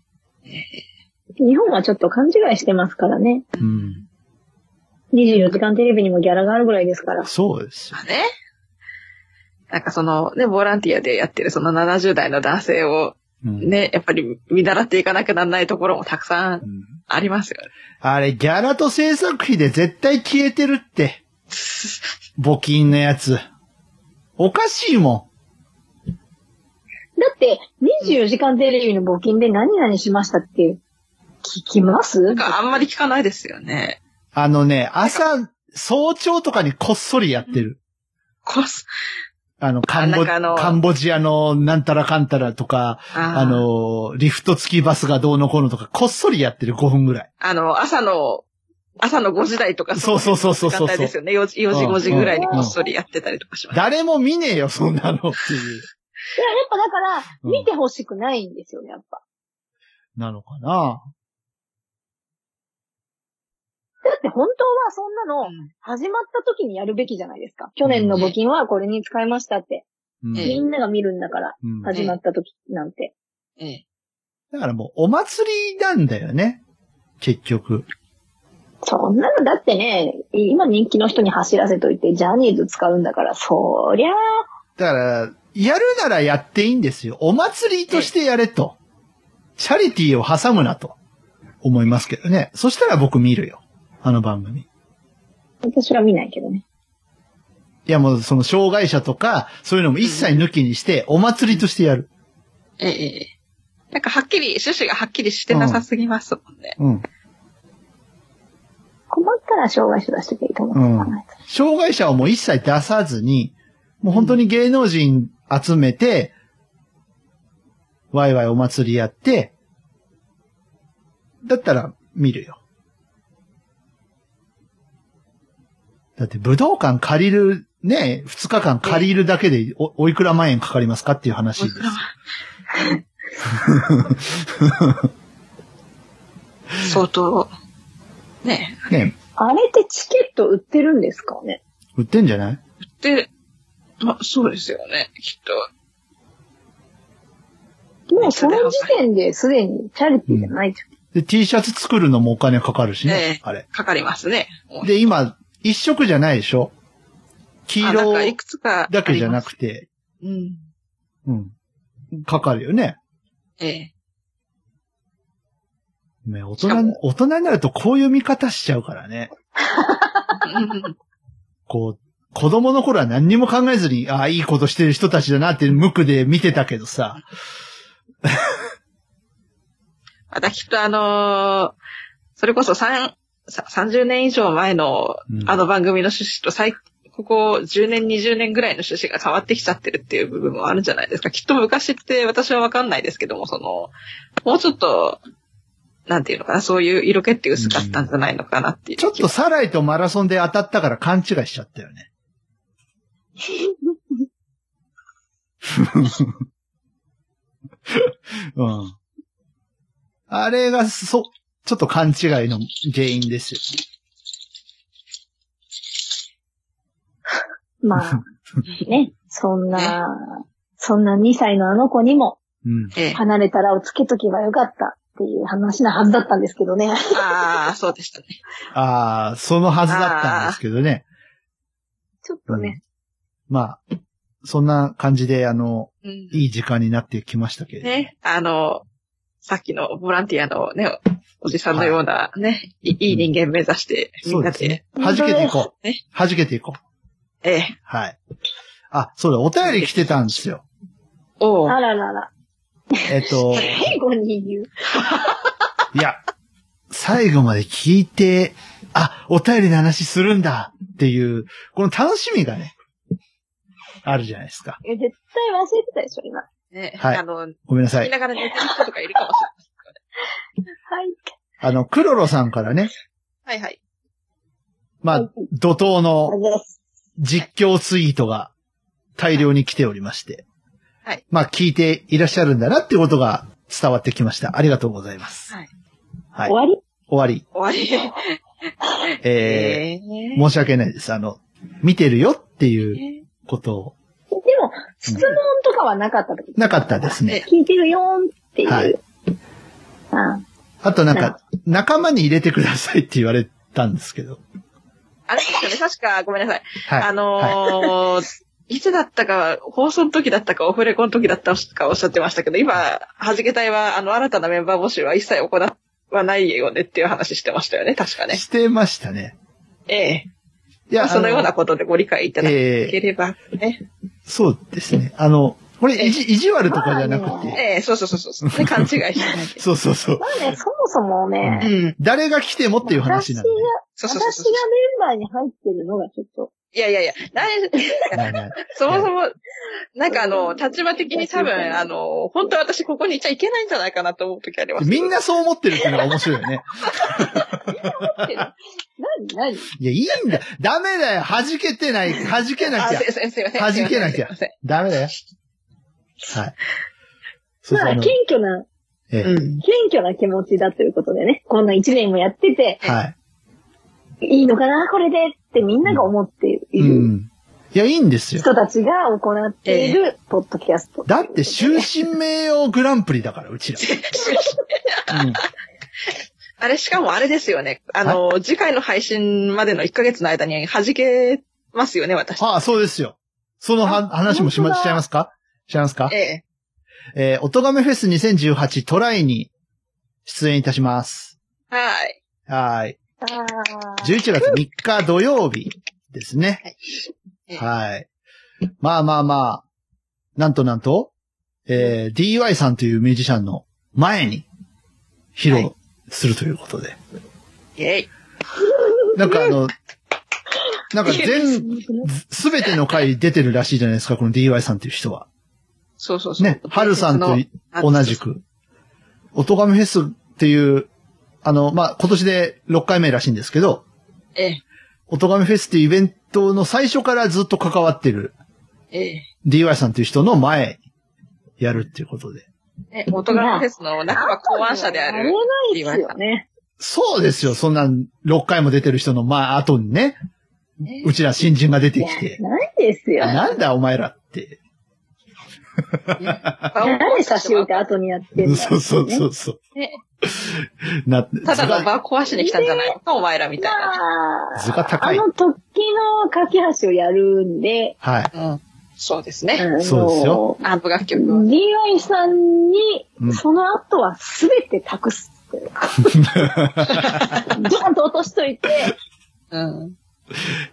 Speaker 3: 日本はちょっと勘違いしてますからね。
Speaker 1: うん。
Speaker 3: 24時間テレビにもギャラがあるぐらいですから。
Speaker 1: そうですよ
Speaker 2: ま。あね。なんかその、ね、ボランティアでやってるその70代の男性を
Speaker 1: うん
Speaker 2: ね、やっぱり見習っていかなきゃなんないところもたくさん
Speaker 1: うん
Speaker 2: ありますよね。
Speaker 1: あれ、ギャラと制作費で絶対消えてるって。募金のやつ。おかしいも
Speaker 3: だって、24時間テレビの募金で何々しましたって、聞きます
Speaker 2: なんかあんまり聞かないですよね。
Speaker 1: ん。あのね、朝、早朝とかにこっそりやってる。
Speaker 2: こす、
Speaker 1: あの、カンボ
Speaker 2: あなんかあの
Speaker 1: カンボジアのなんたらかんたらとか、
Speaker 2: あー
Speaker 1: あ、の、リフト付きバスがどうのこうのとか、こっそりやってる5分ぐらい。
Speaker 2: あの、朝の、朝の5時台とか
Speaker 1: そうそうそうそうそう
Speaker 2: 簡単ですよね。4時、4時、
Speaker 1: うん
Speaker 2: 5時ぐらいにこっそりやってたりとかします。
Speaker 1: 誰も見ねえよ、そんなのっていう。
Speaker 3: いや、やっぱだから、
Speaker 1: うん
Speaker 3: 見てほしくないんですよね、やっぱ。
Speaker 1: なのかな
Speaker 3: だって本当はそんなの、始まった時にやるべきじゃないですか。去年の募金はこれに使いましたって。
Speaker 1: うん
Speaker 2: ええ
Speaker 3: みんなが見るんだから、
Speaker 1: うん
Speaker 3: 始まった時なんて。
Speaker 2: ええ
Speaker 1: だからもう、お祭りなんだよね。結局。
Speaker 3: そんなのだってね、今人気の人に走らせといて、ジャニーズ使うんだから、そりゃあ、
Speaker 1: だから、やるならやっていいんですよ。お祭りとしてやれと。チャリティーを挟むなと。思いますけどね。そしたら僕見るよ。あの番組。い
Speaker 3: 私は見ないけどね。
Speaker 1: やもうその障害者とか、そういうのも一切抜きにして、お祭りとしてやる。
Speaker 2: ええええなんかはっきり、趣旨がはっきりしてなさすぎますもんね。
Speaker 1: うん。
Speaker 3: 困ったら障害者出してくれると思う。
Speaker 1: うん障害者をもう一切出さずに、もう本当に芸能人集めて、ワイワイお祭りやって、だったら見るよ。だって武道館借りる、ね、二日間借りるだけでお、おいくら万円かかりますかっていう話です。
Speaker 2: 相当、ね
Speaker 1: ね、
Speaker 3: あれってチケット売ってるんですかね
Speaker 1: 売ってんじゃない
Speaker 2: で、まあ、そうですよね、きっと。
Speaker 3: もうその時点ですでにチャリティーじゃないじ
Speaker 1: で、T シャツ作るのもお金かかるしね
Speaker 2: ええ、
Speaker 1: あれ。
Speaker 2: かかりますね。
Speaker 1: で、今、一色じゃないでしょ黄
Speaker 2: あなん
Speaker 1: 色
Speaker 2: かいくつか
Speaker 1: だけじゃなく
Speaker 2: て。
Speaker 1: て、
Speaker 2: うん。
Speaker 1: うん。かかるよね。
Speaker 2: ええ。
Speaker 1: ね大
Speaker 2: しか
Speaker 1: 人
Speaker 2: も、
Speaker 1: 大人になるとこういう見方しちゃうからね。
Speaker 2: うん
Speaker 1: こう、子供の頃は何にも考えずに、ああ、いいことしてる人たちだなって無垢で見てたけどさ。
Speaker 2: またきっとあのーそれこそ三さ30年以上前の
Speaker 1: うん
Speaker 2: あの番組の趣旨と最、ここ10年、20年ぐらいの趣旨が変わってきちゃってるっていう部分もあるんじゃないですか。きっと昔って私はわかんないですけども、その、もうちょっと、なんていうのかな、そういう色気って薄かったんじゃないのかなっていう。
Speaker 1: ちょっとサライとマラソンで当たったから勘違いしちゃったよ ね。うん。あれが、そ、ちょっと勘違いの原因ですよ。
Speaker 3: ゃん。まあ、ね、そんな、そんな2歳のあの子にも、
Speaker 1: うん。
Speaker 2: ええ。
Speaker 3: 離れたらをつけとけばよかったっていう話なはずだったんですけどね。
Speaker 2: ああ、そうでしたね。
Speaker 1: ああ、そのはずだったんですけどね。
Speaker 3: ちょっとね、
Speaker 1: まあ、そんな感じで、あの、
Speaker 2: うん
Speaker 1: いい時間になってきましたけれど。
Speaker 2: ね、あの、さっきのボランティアのね、おじさんのようなね、いいい人間目指して、み
Speaker 1: そ
Speaker 2: ん
Speaker 1: う
Speaker 2: な
Speaker 1: ですね
Speaker 2: で、。
Speaker 1: 弾けていこう
Speaker 2: ね。
Speaker 1: 弾けていこう。
Speaker 2: ええ、
Speaker 1: はい。あ、そうだ、お便り来てたんですよ。
Speaker 2: おう
Speaker 3: あららら。
Speaker 1: えっ と、
Speaker 3: 最後に言う。
Speaker 1: いや、最後まで聞いて、あ、お便りの話するんだっていう、この楽しみがね、あるじゃないですか。
Speaker 3: え絶対忘れてたでしょ、今。は
Speaker 2: ね、
Speaker 1: はい
Speaker 2: あの、
Speaker 1: ごめんなさ
Speaker 2: 聞き
Speaker 1: い。
Speaker 2: ながら寝てる人とかいるかもし
Speaker 3: い。
Speaker 1: あの、クロロさんからね、
Speaker 2: れない。はいはい。
Speaker 1: まあ、怒涛の
Speaker 3: あれです。
Speaker 1: 実況ツイートが大量に来ておりまして。
Speaker 2: はい。
Speaker 1: まあ、聞いていらっしゃるんだなっていうことが伝わってきました。ありがとうございます。
Speaker 2: はい。
Speaker 1: はい。
Speaker 3: 終
Speaker 1: 終
Speaker 3: わり
Speaker 1: わり。
Speaker 2: 終わり。
Speaker 1: え
Speaker 2: え
Speaker 1: ー
Speaker 2: ー
Speaker 1: 申し訳ないです。あの、見てるよっていう
Speaker 2: え
Speaker 1: ことを、
Speaker 3: でも、質問とかはなかったと
Speaker 1: なかったですね。
Speaker 3: 聞いてるよーんっていう。
Speaker 1: はい
Speaker 3: あ
Speaker 1: あとなん
Speaker 3: なる
Speaker 1: か、仲間に入れてくださいって言われたんですけど。
Speaker 2: あれですよね、確か、ごめんなさい。
Speaker 1: はい。
Speaker 2: あのーいつだったか、放送の時だったか、オフレコの時だったかおっしゃってましたけど、今、はじけ隊は、あの、新たなメンバー募集は一切行わないよねっていう話してましたよね、確かね。
Speaker 1: してましたね。
Speaker 2: ええ。
Speaker 1: い
Speaker 2: まあ、そのよう
Speaker 1: あ
Speaker 2: なことでご理解いただければね。
Speaker 1: そうですね。あの、これ、意地、意地悪とかじゃなく
Speaker 2: え
Speaker 1: て。
Speaker 2: え、そうそうそうそう。で、勘違いしないで。
Speaker 1: そうそうそう。
Speaker 3: まあね、そもそもね、
Speaker 2: うん。
Speaker 1: 誰が来てもっていう話
Speaker 3: 私
Speaker 1: な
Speaker 3: が
Speaker 1: んで、。
Speaker 2: そうそうそう
Speaker 3: 私
Speaker 2: そ
Speaker 3: が
Speaker 2: う。
Speaker 3: メンバーに入ってるのがちょっ と。
Speaker 2: いやいやいや、な
Speaker 1: はいはい
Speaker 2: そもそも、なんかあの、立場的に多分、あの、本当は私ここにいちゃいけないんじゃないかなと思う時あります。
Speaker 1: みんなそう思ってるっていうのが面白いよね。
Speaker 3: 何何
Speaker 1: いや、いいんだ。ダメだよ。弾けてない。弾けな
Speaker 2: あ、
Speaker 1: きゃ
Speaker 2: す。すすいません。
Speaker 1: 弾けなきゃ
Speaker 2: すいません。
Speaker 1: ダメだよ。はい。そうそう
Speaker 3: ま
Speaker 1: あ
Speaker 3: あ、
Speaker 1: の
Speaker 3: 謙虚な、
Speaker 1: ええ
Speaker 2: すいませんうん。
Speaker 3: 謙虚な気持ちだということでね、こんな一年もやってて、
Speaker 1: はい。
Speaker 3: いいのかな、これでってみんなが思っていうる
Speaker 1: ん。いや、いいんですよ。
Speaker 3: 人たちが行っているポッドキャスト。
Speaker 1: だって、終身名誉グランプリだから、うちら。うん。
Speaker 2: あれ、しかもあれですよね。あの、次回の配信までの1ヶ月の間に弾けますよね、私。
Speaker 1: ああ、そうですよ。そのは
Speaker 3: あ
Speaker 1: 話もしま、
Speaker 3: 本当だ
Speaker 1: しちゃいますかしちゃいますか
Speaker 2: ええ。
Speaker 1: えー、おとがめフェス2018トライに出演いたします。
Speaker 2: はい。
Speaker 1: はい。
Speaker 3: あー
Speaker 1: 11月3日土曜日ですね。
Speaker 2: はい
Speaker 1: はい。まあまあまあ、なんとなんと、えー、DY さんというミュージシャンの前に披
Speaker 2: は
Speaker 1: 露
Speaker 2: い
Speaker 1: するということで。
Speaker 2: イェイ。
Speaker 1: なんかあの、なんか全、
Speaker 3: うん
Speaker 1: すべての回出てるらしいじゃないですか、この DY さんという人は。
Speaker 2: そうそうそう。
Speaker 1: ね、はるさんとい
Speaker 2: その
Speaker 1: 同じ。く。おとがめフェスっていう、あの、まあ、今年で6回目らしいんですけど、
Speaker 2: ええ。
Speaker 1: おとがめフェスっていうイベントの最初からずっと関わってる
Speaker 2: ええ。
Speaker 1: DY さんという人の前、やるっていうことで。
Speaker 2: ね、元柄フェスの中は考案者であ
Speaker 3: あれ
Speaker 2: る。
Speaker 3: ないですよね。
Speaker 1: そうですよ、そんな6回も出てる人の前、後にね、
Speaker 2: え
Speaker 1: うちら新人が出て
Speaker 3: い
Speaker 1: きて
Speaker 3: や、ないですよ。
Speaker 1: なんだお前らって。
Speaker 3: なんで差し置いて後にやってんだ
Speaker 1: そうそうそうそう。
Speaker 2: ね
Speaker 1: な、
Speaker 2: ただの
Speaker 1: ずが
Speaker 2: 場壊しに来たんじゃないのか、お前らみたいな。
Speaker 3: ま
Speaker 1: 図が
Speaker 3: あ、
Speaker 1: 高
Speaker 3: あ
Speaker 1: い。
Speaker 3: の時の架け橋をやるんで、
Speaker 1: はい。
Speaker 2: うん。そうです
Speaker 3: あ
Speaker 2: ね。
Speaker 3: の
Speaker 1: そうですよ
Speaker 2: アンプ楽曲は。
Speaker 3: DY さんに
Speaker 1: う、ん
Speaker 3: その後はすべて託すっ ていうか。ドーンと落としといて、
Speaker 2: うん。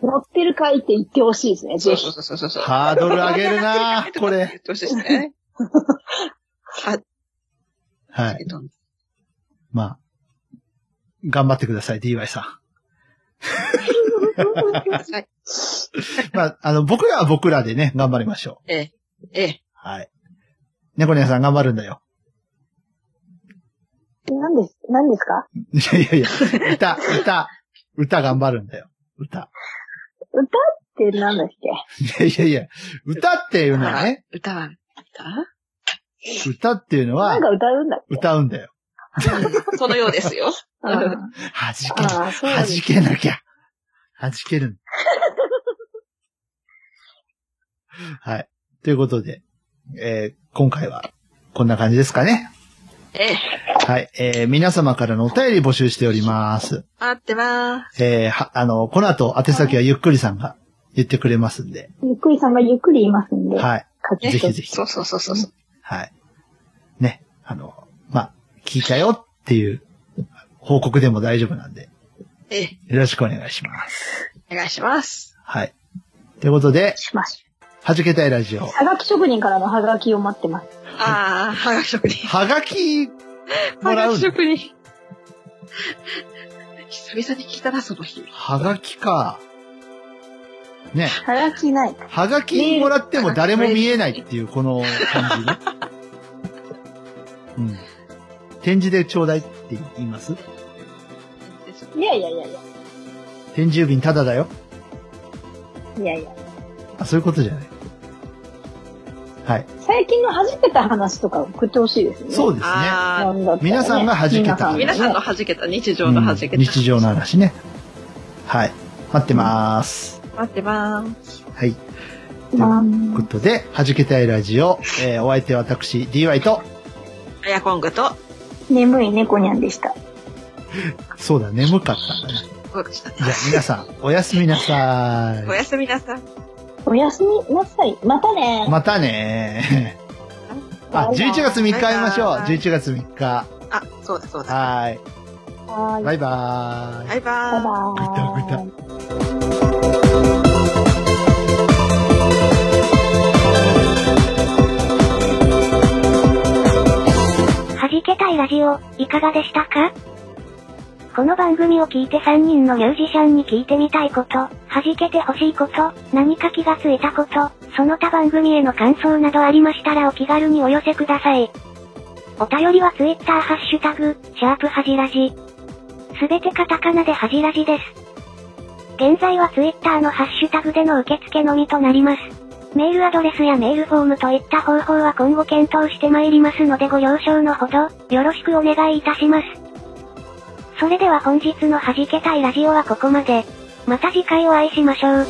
Speaker 3: 乗ってる回って言ってほしいですね、
Speaker 2: そ
Speaker 3: ぜ
Speaker 2: う
Speaker 3: ひ
Speaker 2: そう。そうそうそう。
Speaker 1: ハードル上げるな
Speaker 2: とか
Speaker 1: こ
Speaker 2: って
Speaker 1: れ
Speaker 2: 言。ってほしいです ね。は、
Speaker 1: は
Speaker 2: え
Speaker 1: い
Speaker 2: っ。と、
Speaker 1: まあ。頑張ってください、DY さ
Speaker 2: はい。
Speaker 1: ん。まあ、あの、僕らは僕らでね、頑張りましょう。
Speaker 2: ええ、ええ、
Speaker 1: はい。猫ニャンさん頑張るんだよ。
Speaker 3: 何です、何ですか
Speaker 1: いやいやいや、歌、歌、歌頑張るんだよ。歌。
Speaker 3: 歌って何だっけ
Speaker 1: いやいやいや、歌っていうのはね、
Speaker 2: 歌は、歌
Speaker 1: 歌っていうの
Speaker 3: な
Speaker 1: は
Speaker 3: ん、か歌うんだっけ
Speaker 1: 歌うんだよ。
Speaker 2: そのようですよ。
Speaker 3: あー
Speaker 1: 弾け、
Speaker 3: あー、そう
Speaker 1: 弾
Speaker 3: です。
Speaker 1: けなきゃ。弾ける。はい。ということで、えー今回はこんな感じですかね。
Speaker 2: ええ、
Speaker 1: はい。えー皆様からのお便り募集しております。
Speaker 2: 待ってまーす。
Speaker 1: えーは、あの、この後、宛先はゆっくりさんが言ってくれますんで。
Speaker 3: ゆっくりさんがゆっくり言いますんで。
Speaker 1: はい。
Speaker 3: 書き
Speaker 1: ぜひぜひ。
Speaker 2: そうそうそうそうそう。
Speaker 1: はい。ね。あの、まあ、聞いたよっていう報告でも大丈夫なんで、
Speaker 2: ええ、
Speaker 1: よろしくお願いします。
Speaker 2: お願いします。
Speaker 1: はい。ということで、
Speaker 3: します。
Speaker 1: はじけたいラジオ。
Speaker 3: はがき職人からのはがきを待ってます。
Speaker 2: ああ、はがき職人。
Speaker 1: はがき、も
Speaker 2: は
Speaker 1: ら
Speaker 2: が
Speaker 1: う
Speaker 2: き職人。久々に聞いたな、その日。
Speaker 1: はがきか。ね。
Speaker 3: はがきない。
Speaker 1: はがきもらっても誰も見えないっていう、この感じね。うん。展示でちょうだいって言います
Speaker 3: いやいやいやいや。
Speaker 1: 展示郵便ただだよ。
Speaker 3: いやいや。
Speaker 1: あ、そういうことじゃない。はい。
Speaker 3: 最近の弾けた話とか送ってほしいですね。
Speaker 1: そうですね。
Speaker 2: あ
Speaker 3: なんだったらね
Speaker 1: 皆さんが弾けた話
Speaker 2: あ、皆さんの
Speaker 3: が
Speaker 2: 弾けた、日
Speaker 1: う
Speaker 2: 常の
Speaker 1: ん
Speaker 2: 弾けた。
Speaker 1: 日常の。話ね。はい。待ってます。
Speaker 2: 待ってまーす。
Speaker 1: はい。
Speaker 3: まあ
Speaker 1: ということで、はじけたいラジオ、えーお相手は私、DY と、
Speaker 2: あやこんぐと、
Speaker 3: 眠い猫にゃんでした。
Speaker 1: そうだ、眠かったんだね。
Speaker 2: ごめんなさい
Speaker 1: じゃあ皆さん、おやすみなさい
Speaker 2: お。やすみなさい。
Speaker 3: おやすみなさい。またね
Speaker 1: またねあ、11月3日会いましょう。
Speaker 2: バイバイ
Speaker 1: 11月3日。
Speaker 2: あ、そうだそうだ。
Speaker 1: はー。
Speaker 3: は
Speaker 1: バ
Speaker 3: いバイ
Speaker 1: イバーイ。
Speaker 2: バイバーイ。
Speaker 3: バ
Speaker 1: ぐたぐた
Speaker 3: イ。
Speaker 4: 弾けたいラジオ、いかがでしたかこの番組を聞いて3人のミュージシャンに聞いてみたいこと、弾けてほしいこと、何か気がついたこと、その他番組への感想などありましたらお気軽にお寄せください。お便りは Twitter ハッシュタグ、シャープはじらじ。すべてカタカナではじらじです。現在は Twitter のハッシュタグでの受付のみとなります。メールアドレスやメールフォームといった方法は今後検討してまいりますのでご了承のほど、よろしくお願いいたします。それでは本日の弾けたいラジオはここまで。また次回お会いしましょう。